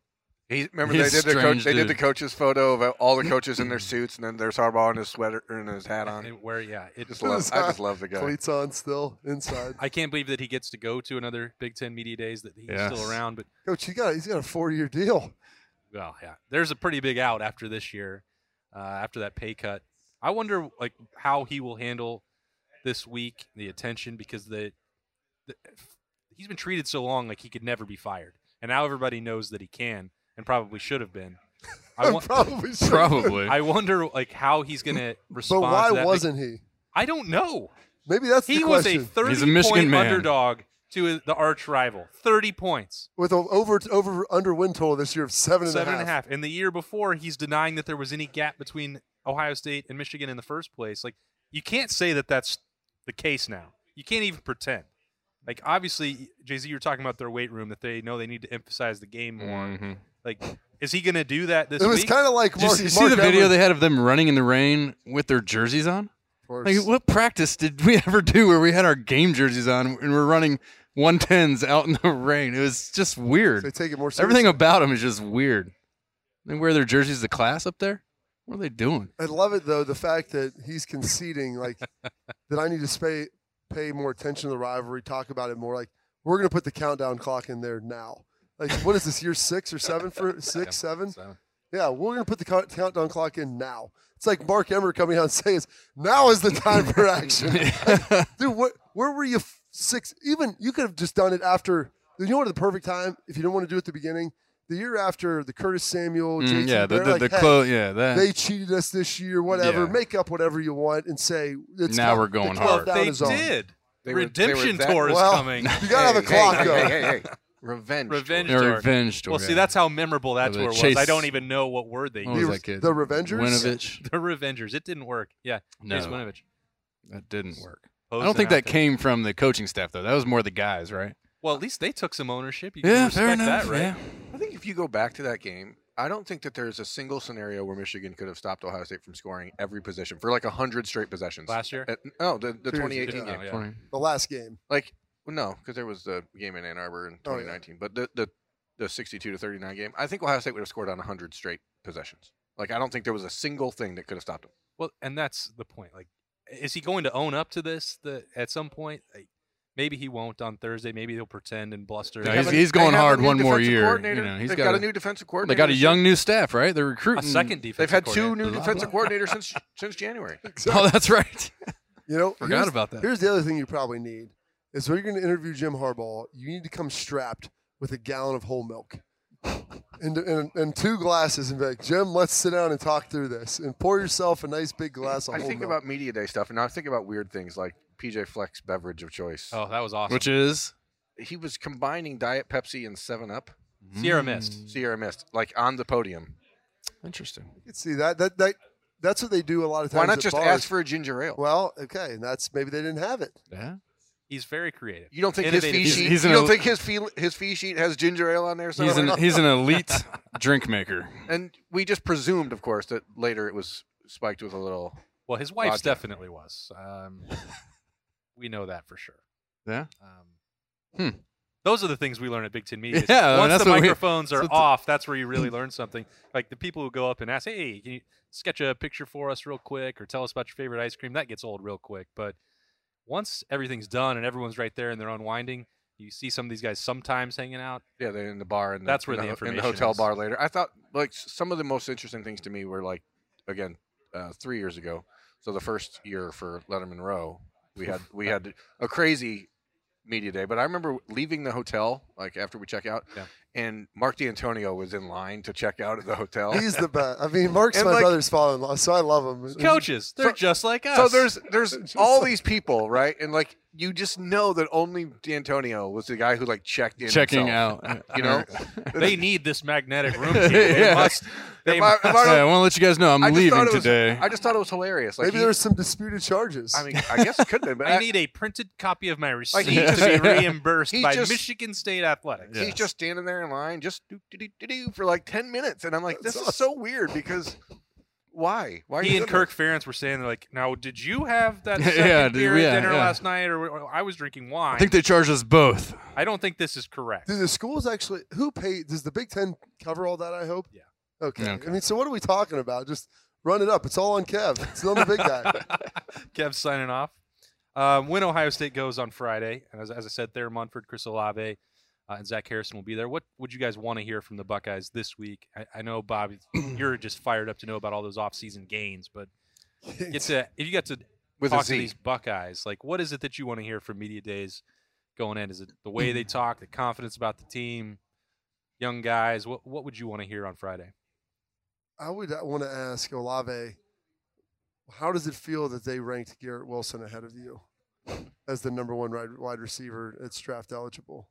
He, remember
He's
they
a
did their
strange
coach, they did
dude.
the coach's photo of all the coaches in their suits, and then there's Harbaugh in his sweater and his hat on.
and where yeah, it,
Just love, I just love the guy.
Cleats on still inside.
I can't believe that he gets to go to another Big Ten media days that he's
Yes.
still around. But
Coach, he got he's got a four year deal.
well, yeah, there's a pretty big out after this year, uh, after that pay cut. I wonder like how he will handle this week the attention because the, the he's been treated so long like he could never be fired, and now everybody knows that he can and probably should have been. I, wa-
probably should.
Probably.
I wonder like how he's gonna
But
respond.
why
to that.
wasn't he?
I don't know?
Maybe that's
He
the
was a
question.
He's a
thirty
Michigan
point
man.
underdog to the arch rival. Thirty points.
with an over over under win total this year of seven and a half.
Seven and a half. And the year before, he's denying that there was any gap between Ohio State and Michigan in the first place. Like, you can't say that that's the case now. You can't even pretend. Like, obviously, Jay Z, you were talking about their weight room that they know they need to emphasize the game more.
Mhm.
Like, is he going to do that this
It was
week?
kind of like
Did you
Mark,
see, see
Mark
the video
Evans,
they had of them running in the rain with their jerseys on?
of course.
Like, what practice did we ever do where we had our game jerseys on and we're running 110s out in the rain? It was just weird.
They take it more seriously.
Everything about them is just weird. They wear their jerseys to class up there. What are they doing?
I love it though the fact that he's conceding like that I need to pay pay more attention to the rivalry, talk about it more. Like we're gonna put the countdown clock in there now. Like what is this year six or seven for six seven?
Mm,
Yeah, we're gonna put the count- countdown clock in now. It's like Mark Emmer coming out and saying, "Now is the time for action." Like, dude, what, where were you f- six? Even you could have just done it after. You know what? The perfect time if you don't want to do it at the beginning. The year after the Curtis Samuel,
Mm,
J.T.
yeah, the-
Barrett,
the-
like,
the
hey,
clo- yeah, that-
they cheated us this year, whatever.
Yeah.
Make up whatever you want and say it's
Now
co-
we're
the
going hard.
countdown
They
is on.
did. They were- they were Redemption that- tour is
Well,
coming.
You gotta have a
Hey,
clock
hey,
though.
hey, hey, hey.
Revenge.
Revenge
Yeah,
tour.
revenge tour,
Well, see,
yeah.
that's how memorable that
Or the
tour was.
chase-
I don't even know what word they
What was
used.
that kid? The Revengers? Winovich?
the Revengers. It didn't work. Yeah.
No.
Chase Winovich.
That didn't work. I
Posing
don't think
out
that
there.
came from the coaching staff though. That was more the guys, right?
Well, at least they took some ownership. You
Yeah,
can
fair
respect that,
enough,
right?
yeah.
I think if you go back to that game, I don't think that there's a single scenario where Michigan could have stopped Ohio State from scoring every position for like 100 straight possessions.
Last year?
Uh, no, the, the
Two years
2018
ago.
game.
Yeah. The last game.
Like, well, no, because there was the game in Ann Arbor in
Oh, yeah.
2019, but the, the, the 62 to 39 game, I think Ohio State would have scored on 100 straight possessions. Like, I don't think there was a single thing that could have stopped them.
Well, and that's the point. Like, is he going to own up to this? That at some point, like, maybe he won't on Thursday. Maybe he'll pretend and bluster.
No, he's- he's going hard one more year. You know, he's
They've
got
got
a-
a new defensive
They got
coordinator
a young new staff, right? They're recruiting
second defensive
They've had two
coordinator.
new
Blah,
defensive
blah.
coordinators since since January.
Oh, that's right.
You know,
Forgot
here's-
about that.
Here's the other thing you probably need is when you're going to interview Jim Harbaugh, you need to come strapped with a gallon of whole milk and, and, and two glasses and be like, Jim, let's sit down and talk through this and pour yourself a nice big glass of
I
whole
think
milk.
about media day stuff, and I think about weird things like PJ Flex beverage of choice.
Oh, that was awesome.
Which is
he was combining Diet Pepsi and Seven Up.
Sierra
Mm.
Mist.
Sierra Mist, like on the podium.
Mm-hmm. Interesting.
You can see that that that that's what they do a lot of times.
Why not
at
just
bars.
ask for a ginger ale?
Well, okay, and that's maybe they didn't have it.
Yeah.
He's very creative.
You don't think
Innovative.
his fee sheet?
he's an
you don't
el-
think his fee his fee sheet has ginger ale on there?
He's
Somewhere?
an he's an elite drink maker.
and we just presumed, of course, that later it was spiked with a little.
Well, his wife's
vodka.
definitely was. Um, we know that for sure.
Yeah.
Um,
Hmm.
Those are the things we learn at Big Ten Media.
Yeah, I mean,
Once
that's
the
what we-
microphones are
that's what the-
off, that's where you really learn something. Like the people who go up and ask, "Hey, can you sketch a picture for us real quick, or tell us about your favorite ice cream?" That gets old real quick. But once everything's done and everyone's right there and they're unwinding, you see some of these guys sometimes hanging out.
Yeah, they're in the bar and the-
That's where
in
the
ho- in the
information
hotel
is.
bar later. I thought like s- some of the most interesting things to me were like again uh, three years ago. So the first year for Letterman Row, we had we had a crazy media day. But I remember leaving the hotel like after we check out,
Yeah.
and Mark D'Antonio was in line to check out at the hotel.
He's the best. I mean, Mark's
Oh. And
my
like-
brother's father-in-law, so I love him.
Coaches, they're
So-
just like us.
So there's there's all these people, right? And like you just know that only D'Antonio was the guy who like checked in
Checking
himself,
out.
You know,
they need this magnetic room. Key. They
Yeah.
must. They
Am I-
must.
am
Yeah, I want to let you guys know I'm
I just
leaving
thought it was-
today.
I just thought it was hilarious. Like
Maybe
he-
there's some disputed charges.
I mean, I guess it could be, but
I
I-
need a printed copy of my receipt
Like, he
to be
just-
reimbursed
he
by
just-
Michigan State Athletics.
he's just standing there in line, just do do do do do for like ten minutes, and I'm like, this
That's
is so weird because why? Why are
he
you
and
doing
Kirk Ferentz were saying, like, now, did you have that
Yeah,
second
did-
beer at
yeah,
dinner
yeah.
last night? Or, or I was drinking wine.
I think they charged us both.
I don't think this is correct.
Do the schools actually who pay? Does the Big Ten cover all that? I hope.
Yeah.
Okay.
Yeah, okay.
I mean, so what are we talking about? Just run it up. It's all on Kev. It's not the big guy.
Kev signing off. Um, when Ohio State goes on Friday, and as, as I said, Thayer Munford, Chris Olave, uh, and Zach Harrison will be there. What would you guys want to hear from the Buckeyes this week? I, I know, Bob, you're just fired up to know about all those offseason gains, but get to, if you got to
With a
talk to
Z.
these Buckeyes, like what is it that you want to hear from media days going in? Is it the way they talk, the confidence about the team, young guys? What what would you want to hear on Friday?
I would want to ask Olave, how does it feel that they ranked Garrett Wilson ahead of you as the number one wide wide receiver that's draft eligible?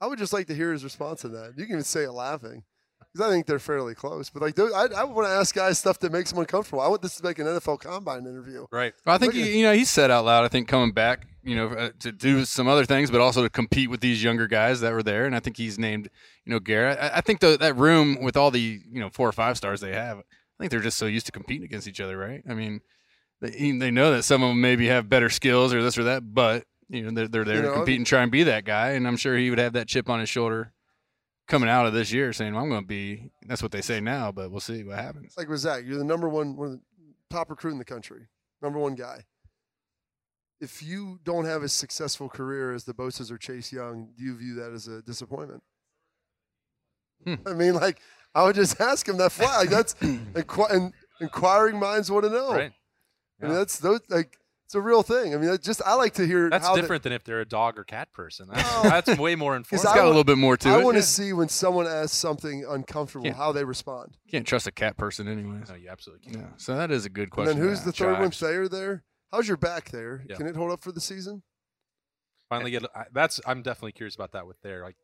I would just like to hear his response to that. You can even say it laughing because I think they're fairly close. But like, those, I, I want to ask guys stuff that makes them uncomfortable. I want this to be like an NFL combine interview.
Right.
Well, I think
Look at-
he, you know he said out loud. I think coming back, you know, uh, to do some other things, but also to compete with these younger guys that were there. And I think he's named, you know, Garrett. I, I think tho- that room with all the you know four or five stars they have, I think they're just so used to competing against each other, right? I mean, they, they know that some of them maybe have better skills or this or that, but you know they're they're there
You
to
know,
compete and try and be that guy. And I'm sure he would have that chip on his shoulder coming out of this year saying well, I'm going to be. That's what they say now, but we'll see what happens.
It's like with Zach, you're the number one, one of the top recruit in the country, number one guy. If you don't have a successful career as the Bosa's or Chase Young, do you view that as a disappointment?
Hmm.
I mean, like, I would just ask him that flat. Like, that's inqu- in, inquiring minds want to know.
Right.
I mean, that's those like it's a real thing. I mean, that just I like to hear
That's
how the-
different than if they're a dog or cat person. That's, that's way more
Because
informative.
I wa- I want to
Yeah.
see when someone asks something uncomfortable,
Yeah.
how they respond.
You can't trust a cat person, anyways.
No, you absolutely
can't. Yeah. So that is a good question.
and then who's
to
the
ask.
third one? Thayer there. How's your back there?
Yeah.
Can it hold up for the season?
finally get I- that's i'm definitely curious about that with there like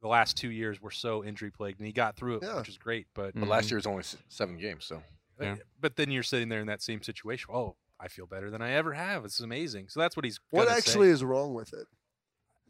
the last two years were so injury plagued and he got through it which is great but
But
Mm-hmm.
last year was only s- seven games, so
Mm, yeah. but then you're sitting there in that same situation oh i feel better than i ever have it's amazing so that's what he's
What
gonna say.
actually is wrong with it?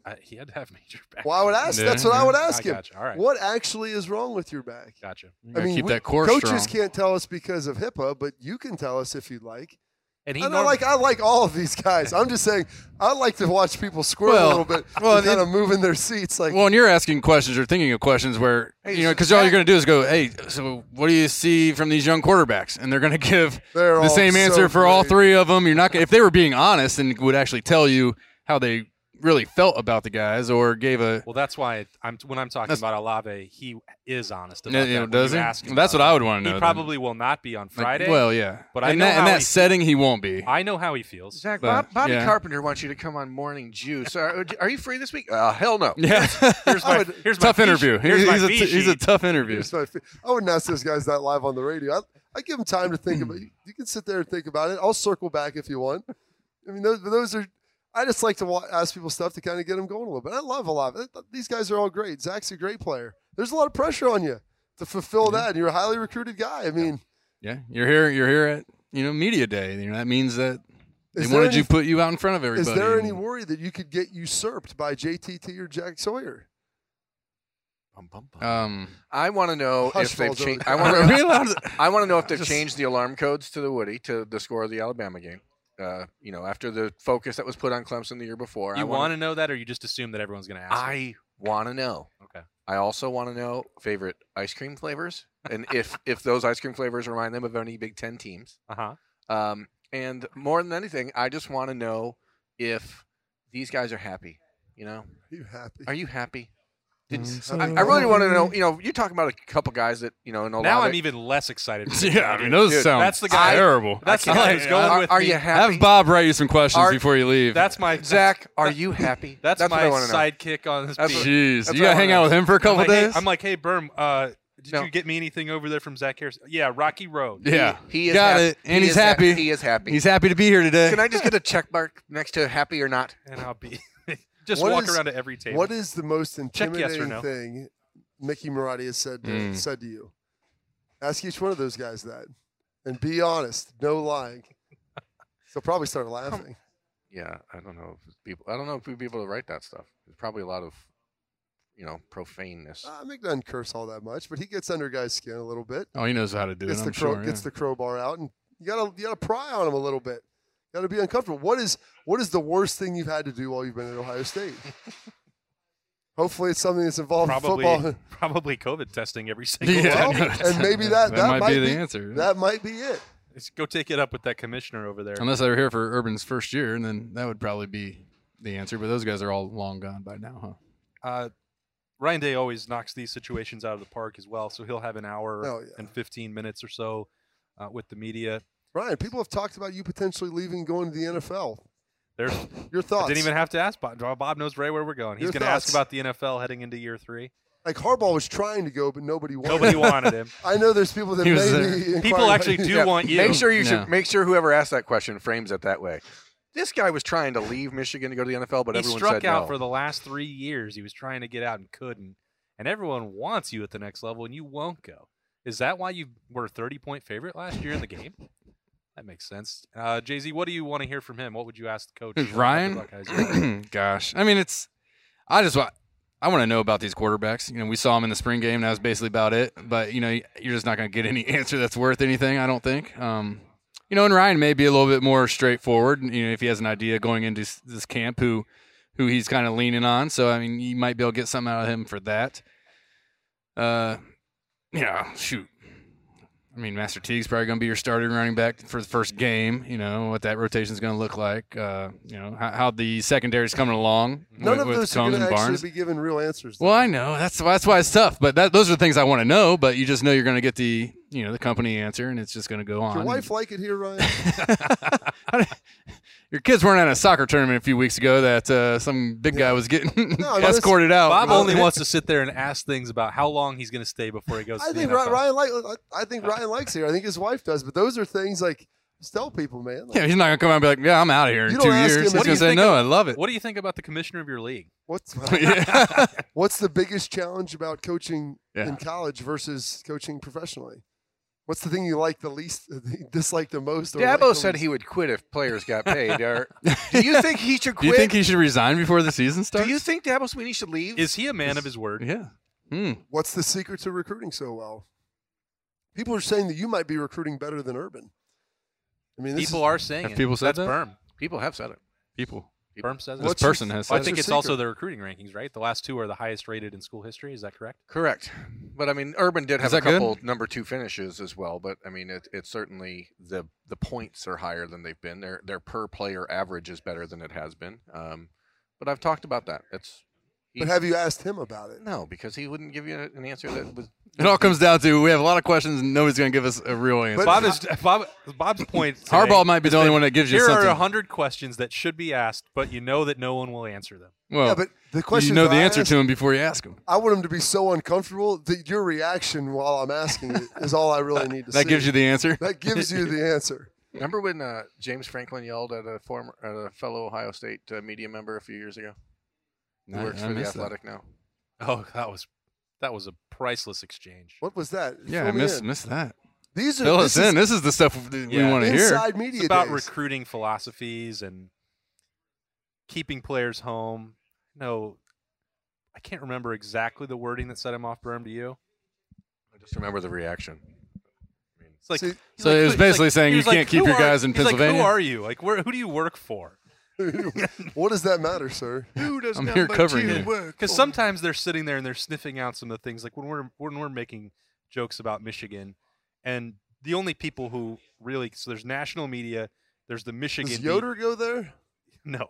I, he had to have major back
Well, I would ask. That's what I would ask him.
gotcha. all right
What actually is wrong with your back?
gotcha
I mean, we- coaches can't tell us because of HIPAA, but you can tell us if you'd like.
And
I
he
don't
norm-
like I like all of these guys. I'm just saying I like to watch people squirm
Well,
a little bit,
well,
and kind
it-
of moving their seats. Like
Well, and you're asking questions or thinking of questions where you know because all you're going to do is go, "Hey, so what do you see from these young quarterbacks?" And they're going to give
They're
the
all
same
so
answer for all
great.
three of them. You're not gonna, if they were being honest and would actually tell you how they really felt about the guys or gave a
well that's why i'm when i'm talking
That's-
about alave he is honest
Yeah,
about
yeah,
that when
does
you
he?
ask him
Well, that's
about
what I
that.
would wanna know
he
then.
probably will not be on
Like,
friday
well, yeah.
but i
in
know
that, in
how
that
he-
setting, he won't be.
i know how he feels
Zach,
But,
Bob, Bobby
yeah.
Carpenter wants you to come on Morning Jew. So are, are you free this week? Uh, hell no.
Yeah.
Here's my, here's my
tough
fee
interview.
sheet. Here's
He's,
my
a,
fee
t- he's a
sheet.
tough interview.
Here's my fe- I wouldn't ask those guys that live on the radio. I, I give them time to think
Hmm.
about. You can sit there and think about it. I'll circle back if you want. I mean, those, but those are. I just like to wa- ask people stuff to kind of get them going a little bit. I love a lot. These guys are all great. Zach's a great player. There's a lot of pressure on you to fulfill that. And you're a highly recruited guy. I mean,
Yeah, you're here. You're here at you know media day. You know that means that they
Is there
wanted
any-
you put you out in front of everybody.
is there
and-
any worry that you could get usurped by JTT or Jack Sawyer?
Um,
I want to know
Hush
if they've
falls
changed.
over.
I want
Are we allowed
to.
to-
I want to know if they've
Just-
changed the alarm codes to the Woody to the score of the Alabama game. Uh, you know, after the focus that was put on Clemson the year before. I
you
wanna-
want to know that or you just assume that everyone's going to ask
I want to know.
Okay.
I also want to know favorite ice cream flavors and if if those ice cream flavors remind them of any Big Ten teams.
Uh
huh. Um, and more than anything, I just want to know if these guys are happy. You know,
Are you happy?
Are you happy?
Did,
I, I really want to know. You know, you're talking about a couple guys that you know. In a
now
lot
I'm
of,
even less excited. for
Yeah, I mean those
Dude,
sound
that's the guy,
terrible.
That's the guy who's going
are-
with
are
me.
you happy?
Have Bob write you some questions
Are-
before you leave.
That's my
Zach, are you happy?
That's,
That's what
my
I wanna know.
sidekick on this.
That's
beat.
what-
Jeez, that's you what I gotta wanna hang out know. with him for a couple
I'm like, hey-
days?
I'm like, hey, Berm, uh, did you get me anything over there from Zach Harris? Yeah, Rocky Road.
yeah,
he is
got
happy.
it, and
He
he's
is hap-
happy.
he is happy.
He's happy to be here today.
Can I just get a check mark next to happy or not?
And I'll be just walk around to every table.
What is the most
Check yes or
intimidating
no.
thing Mickey Marotti has said to,
Hmm.
Mm.
said to you? Ask each one of those guys that, and be honest, no lying. They'll probably start laughing.
Yeah, I don't know if people. I don't know if we'd be able to write that stuff. There's probably a lot of, you know, profaneness.
Uh, Mick doesn't curse all that much, but he gets under guys' skin a little bit.
Oh, he knows how to do
gets
it.
The
I'm sure.
gets
yeah.
the crowbar out, and you gotta you gotta pry on him a little bit. You gotta be uncomfortable. What is what is the worst thing you've had to do while you've been at Ohio State? Hopefully, it's something that's involved
probably
in football.
probably COVID testing every single
Well,
day.
and maybe that, that, might, be, That might be it.
Let's go take it up with that commissioner over there.
Unless they were here for Urban's first year, and then that would probably be the answer. But those guys are all long gone by now, huh?
uh, Ryan Day always knocks these situations out of the park as well. So he'll have an hour
Oh, yeah.
and 15 minutes or so uh, with the media.
Ryan, people have talked about you potentially leaving, going to the NFL.
There's
Your thoughts?
I didn't even have to ask Bob. Bob knows right where we're going. He's
Your
going to ask about
thoughts?
the NFL heading into year three.
like Harbaugh was trying to go, but nobody wanted.
Nobody
him.
wanted him.
I know there's people that
He was there.
maybe
People actually do want you.
Make sure you
No.
should make sure whoever asked that question frames it that way. This guy was trying to leave Michigan to go to the NFL, but
he
everyone
struck
said
out
no.
for the last three years. He was trying to get out and couldn't. And everyone wants you at the next level, and you won't go. Is that why you were a 30 point favorite last year in the game? That makes sense. Uh, Jay Z, what do you want to hear from him? What would you ask the coach?
Who's
about the Buckeyes?
Ryan? Gosh, I mean, it's. I just want. I want to know about these quarterbacks. You know, we saw them in the spring game, and that was basically about it. But you know, you're just not going to get any answer that's worth anything. I don't think. Um, you know, and Ryan may be a little bit more straightforward. You know, if he has an idea going into s- this camp, who, who he's kind of leaning on. So I mean, you might be able to get something out of him for that. Uh, you know, shoot. I mean, Master Teague's probably going to be your starting running back for the first game. You know what that rotation is going to look like. Uh, you know how, how the secondary's coming along.
None
with,
of
with
those are
Combs
going to
and
actually
Barnes.
be given real answers.
Well, I know that's why that's why it's tough. But that, those are the things I want to know. But you just know you're going to get the you know the company answer, and it's just going to go
Does
on.
your wife like it here, Ryan?
Your kids weren't at a soccer tournament a few weeks ago that uh, some big guy was getting
No, no,
escorted out.
Bob only wants to sit there and ask things about how long he's going to stay before he goes.
I
to the
think
NFL.
Ryan, Ryan like. I think Ryan likes it here. I think his wife does. But those are things like just tell people, man. Like,
Yeah, he's not going to come out and be like, "Yeah, I'm out of here in
You
two
don't ask
years."
him
He's
if
going
he-
to say,
think
"No,
of-
I love it."
What do you think about the commissioner of your league?
What's
Yeah.
what's the biggest challenge about coaching
Yeah.
in college versus coaching professionally? What's the thing you like the least, dislike the most? Or like
Dabo
the
said
least?
he would quit if players got paid. Or, do you think he should
Do you
quit?
think he should resign before the season starts?
Do you think Dabo Sweeney should leave?
Is he a man of his word?
Yeah. Hmm.
What's the secret to recruiting so well? People are saying that you might be recruiting better than Urban. I mean, this
People
is-
are saying it. That's Berm.
People have said it.
People.
Berm says it.
This person has.
Well, I
said
think
it.
it's also the recruiting rankings, right? The last two are the highest rated in school history. Is that correct?
Correct. But I mean, Urban did
Is
have a
that good?
couple number two finishes as well. But I mean, it, it's certainly the the points are higher than they've been. Their their per player average is better than it has been. Um, but I've talked about that. It's
But have you asked him about it?
no, because he wouldn't give you an answer that was.
It all comes down to we have a lot of questions and nobody's going to give us a real answer.
Bob is Bob. Bob's point. today
Harbaugh might be
has
the only
been,
one that gives you
Here are
something."
hundred questions that should be asked, but you know that no one will answer them.
well,
Yeah, but the question
Oh. you know
that
the
I
answer
asked-
to him before you ask him.
I want him to be so uncomfortable that your reaction while I'm asking it is all I really need to see.
That gives you the answer.
That gives you the answer.
Remember when uh, James Franklin yelled at a former at a fellow Ohio State uh, media member a few years ago? Who
I-
works
I
for the
missed that.
Athletic now.
Oh, that was that was a priceless exchange.
What was that?
Yeah, I
Fill me
missed
in.
missed that.
These are
Fill
this
us in.
is
This is the stuff that we
Yeah.
want to hear.
inside media
It's about
days.
recruiting philosophies and keeping players home. No, I can't remember exactly the wording that set him off. Berm to you,
I just remember the reaction.
it's like
See,
So
like,
it was
who- he's
basically
like-
saying
he
you
was like,
can't keep
"Who
your
are-
guys in
he's like,
Pennsylvania.
who are you? Like, where? Who do you work for?
what does that matter, sir?
Who does
I'm here number covering two you.
Oh.
Because sometimes they're sitting there and they're sniffing out some of the things. Like when we're when we're making jokes about Michigan, and the only people who really so there's national media, there's the Michigan
Does
beat-
Yoder go there?
no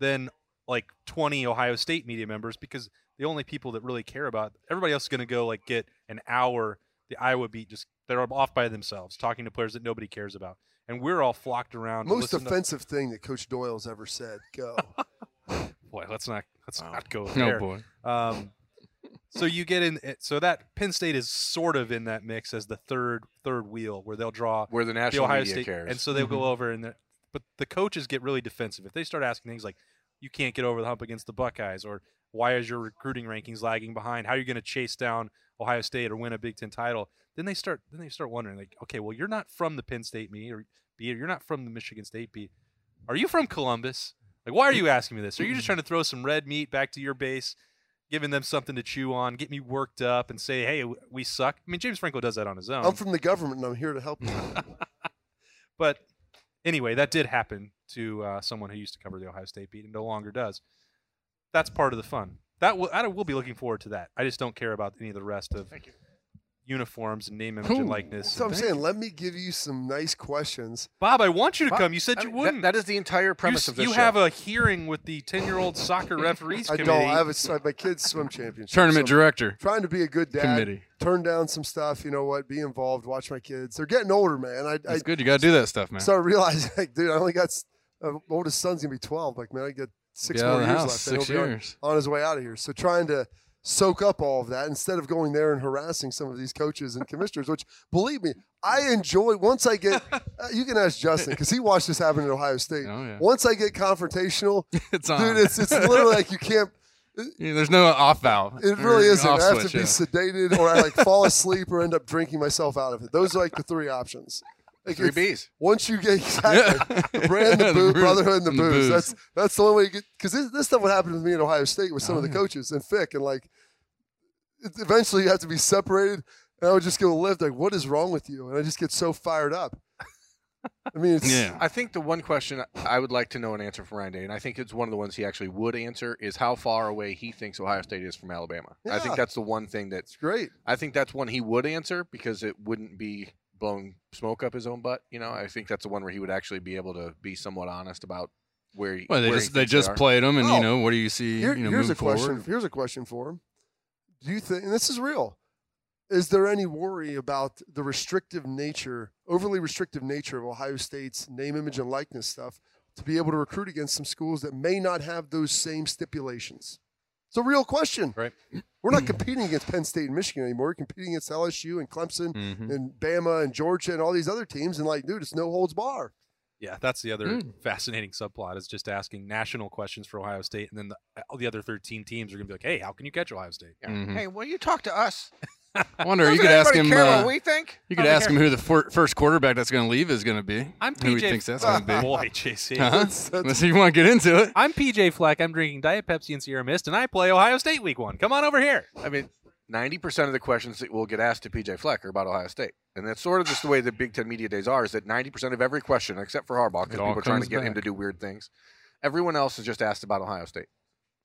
then like 20 ohio state media members because the only people that really care about everybody else is going to go like get an hour the iowa beat just they're off by themselves talking to players that nobody cares about and we're all flocked around to Um,
Most
listen to-
offensive thing that Coach Doyle's ever said. Go.
boy let's not let's not go
Oh
there
boy.
um so you get in it- so that penn state is sort of in that mix as the third third wheel where they'll draw
Where the
the
national
Ohio
media
State,
cares.
and so they'll go over and they're- but the coaches get really defensive if they start asking things like, "You can't get over the hump against the Buckeyes," or "Why is your recruiting rankings lagging behind? How are you going to chase down Ohio State or win a Big Ten title?" Then they start then they start wondering like, "Okay, well you're not from the Penn State meet or beat, or you're not from the Michigan State beat. Are you from Columbus? Like, why are you asking me this? Are you just trying to throw some red meat back to your base?" Giving them something to chew on, get me worked up, and say, "Hey, w- we suck." I mean, James Franco does that on his own.
I'm from the government and I'm here to help you.
But anyway, that did happen to uh, someone who used to cover the Ohio State beat and no longer does. That's part of the fun. That will, I will be looking forward to that. I just don't care about any of the rest of uniforms and name, image,
Cool.
and likeness.
So I'm saying, let me give you some nice questions.
Bob, I want you to
Bob,
come. You said
I
you
mean, that-
wouldn't.
that is the entire premise
you,
of this
You
show.
have a hearing with the ten-year-old soccer referees
I
committee.
don't. I have, a, I have my kids' swim championship.
Tournament
so I'm
director.
Trying to be a good dad.
Committee.
Turn down some stuff. You know what? Be involved. Watch my kids. They're getting older, man. I, I
It's good. You got to do that stuff, man.
started realizing, like, dude, I only got s- uh, oldest son's gonna be 12. Like, man, I get six
Be out
more
of the
years
house,
left. and
six
he'll be on-
years.
On, his way out of here. So trying to soak up all of that instead of going there and harassing some of these coaches and commissioners. Which, believe me, I enjoy. Once I get, uh, you can ask Justin because he watched this happen at Ohio State.
Oh, yeah.
Once I get confrontational,
It's on.
dude, it's it's literally like you can't.
Yeah, there's no off valve.
It
Or
really isn't.
off
I have
switch,
to be
yeah.
sedated, or I like fall asleep, or end up drinking myself out of it. Those are like the three options. Like
Three
if-
Bs.
Once you get exactly
Yeah.
the brand, the
The
boo,
brew-
brotherhood, and the,
and the booze.
booze. That's that's the only way you get because this, this stuff would happen to me at Ohio State with some of the coaches and Fick, and like it, eventually you have to be separated. And I would just get a lift like, "What is wrong with you?" And I just get so fired up. I mean, it's,
I think the one question I would like to know an answer from Ryan Day, and I think it's one of the ones he actually would answer, is how far away he thinks Ohio State is from Alabama. I
Yeah.
think that's the one thing that's
great.
I think that's one he would answer because it wouldn't be blowing smoke up his own butt. You know, I think that's the one where he would actually be able to be somewhat honest about where. He,
Well, they
where he
just they
thinks
just
are.
played them, and you know what do you see?
Oh. Here-
you know,
here's
moving
a question.
forward?
Here's a question for him. Do you think and this is real? Is there any worry about the restrictive nature, overly restrictive nature of Ohio State's name, image, and likeness stuff to be able to recruit against some schools that may not have those same stipulations? It's a real question.
Right.
We're not competing against Penn State and Michigan anymore. We're competing against LSU and Clemson
Mm-hmm.
Mhm.
and Bama and Georgia and all these other teams. And like, dude, it's no holds bar.
Yeah, that's the other
Hmm.
Mm.
fascinating subplot is just asking national questions for Ohio State, and then the, all the other thirteen teams are going to be like, "Hey, how can you catch Ohio State?"
Hey, will you talk to us?
I wonder. Mm-hmm. You
Doesn't
could ask him.
anybody care
uh,
what we think?
You could
Over
ask
here.
him who the fir- first quarterback that's going to leave is going to be.
I'm PJ.
Who he thinks that's going to be?
Boy, JC.
Uh-huh.
Huh? Unless you want to get into it.
I'm PJ Fleck. I'm drinking Diet Pepsi and Sierra Mist, and I play Ohio State Week One. Come on over here.
I mean, ninety percent of the questions that will get asked to PJ Fleck are about Ohio State, and that's sort of just the way the Big Ten media days are. Is that ninety percent of every question, except for Harbaugh, because
It all
people are trying to
comes
get him to
back.
do weird things, everyone else is just asked about Ohio State,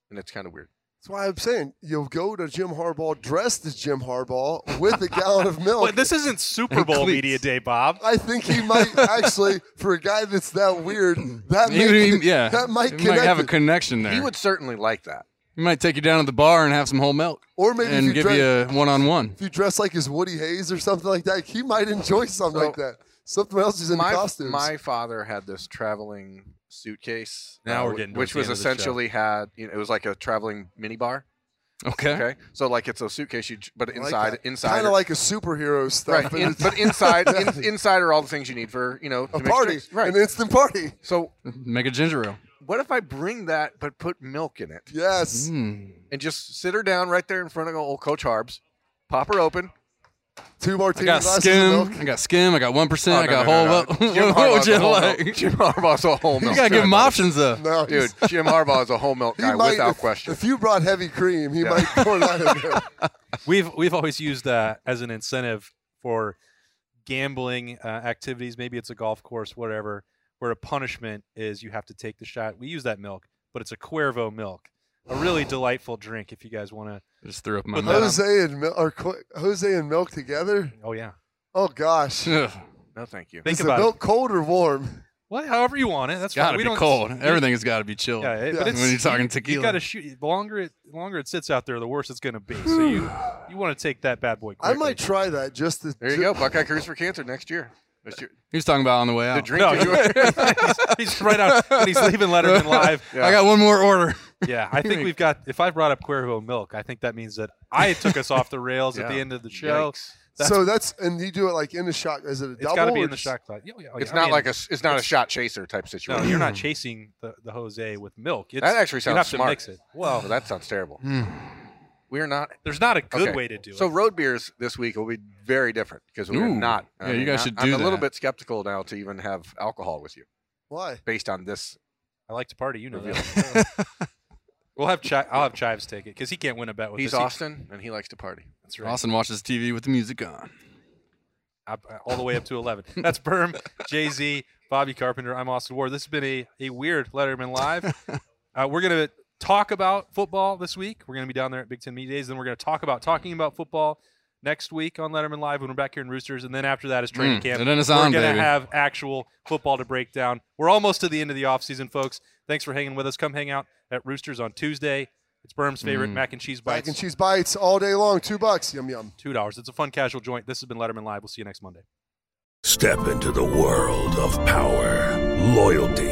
and it's kind of weird.
That's why I'm saying you'll go to Jim Harbaugh dressed as Jim Harbaugh with a gallon of milk.
Wait, this isn't Super
And
Bowl
cleats.
media day, Bob.
I think he might actually, for a guy that's that weird, that
You-
may,
you- yeah,
that might
you
connect.
have a
it.
connection there.
He would certainly like that.
He might take you down to the bar and have some whole milk,
Or maybe if
and
you
give
drank-
you a one-on-one.
if you dress like his Woody Hayes or something like that, he might enjoy something like that. Something else is in
my,
costumes.
My father had this traveling suitcase. uh,
Now we're
wh-
getting towards
which
the
was
end of the show.
essentially had you know, it was like a traveling mini bar.
Okay.
Okay. So like it's a suitcase you j- but
I like
inside
that.
inside
kind
are-
of like a superhero stuff,
right, in- but inside in, inside are all the things you need for you know to
a
make
party,
drinks. Right.
An instant party.
So
Make a ginger ale.
what if I bring that but put milk in it
Yes.
Mm. Hmm.
and just sit her down right there in front of old Coach Harbs, pop her open.
Two
I
martini
got
glasses of milk.
skim. I got skim. I got one percent.
Oh,
I
no,
got
no,
whole
no,
milk.
no. Jim
what would
Harbaugh's a
you
whole milk-
like?
Jim Harbaugh's a whole
You
milk.
gotta give
guy,
him
buddy.
options though.
No,
Dude,
he's-
Jim Harbaugh is a whole milk
he
guy
might-
without
if-
question.
If you brought heavy cream, he might pour that in there.
We've we've always used uh, as an incentive for gambling uh, activities. Maybe it's a golf course, whatever. Where a punishment is you have to take the shot. We use that milk, but it's a Cuervo milk, a really delightful drink. If you guys want to,
Just threw up my
Put that on-
mouth.
Jose and milk, or qu- Jose and milk together.
oh yeah,
Oh gosh,
Ugh.
No, thank you.
Think
is the
about it.
milk cold or warm?
Well, however you want it. That's
It's gotta
fine. We
be
don't,
cold.
you-
Everything has got to be chilled.
Yeah, it- but it's,
when you're talking
You
tequila.
gotta shoot. The longer it, the longer it sits out there, the worse it's gonna be. So you, you want to take that bad boy.
I
Quickly.
might try that just to.
There you go, Buckeye Cruise for Cancer next year. That's your-
he was talking about on the way out.
The drink
No,
that you ordered-
he's, he's right out. When he's leaving Letterman live.
I got one more order.
Yeah, I think we've got. If I brought up Cuervo milk, I think that means that I took us off the rails at the
Yeah.
end of the show.
Yikes.
That's-
so that's and you do it like in the shot. Is it a
it's
double?
got to be
or
in the
just-
shot clock. Yeah, yeah, oh,
It's
yeah. I
not
mean,
like a s- it's not a shot chaser type
No,
situation.
you're not chasing the, the Jose with milk. It's,
that actually sounds
you have
smart.
to mix it. Well,
Oh, that sounds terrible.
Hmm.
We are not.
there's not a good
okay.
way to do
So
it.
road beers this week will be very different because we're
Ooh.
not.
Yeah, you guys
I-
should
I'm
do
a little
that.
bit skeptical now to even have alcohol with you
Why?
based on this.
I like to party, you know. That. we'll have chi- I'll have Chives take it because he can't win a bet with
He's
us. He-
Austin and he likes to party.
That's right.
Austin watches TV with the music on.
up- uh, all the way up to 11. That's Berm, Jay Z, Bobby Carpenter. I'm Austin Ward. This has been a, a weird Letterman Live. Uh, we're going to talk about football this week. We're going to be down there at Big Ten Media Days. Then we're going to talk about talking about football next week on Letterman Live when we're back here in Roosters. And then after that is training
Mm,
camp.
and then it's
we're
on,
gonna
baby.
have actual football to break down. We're almost to the end of the offseason, folks. Thanks for hanging with us. Come hang out at Roosters on Tuesday. It's Berm's favorite
Mm.
mac and cheese bites.
Mac and cheese bites all day long. Two bucks. Yum yum.
$2. It's a fun casual joint. This has been Letterman Live. We'll see you next Monday.
Step into the world of power, loyalty,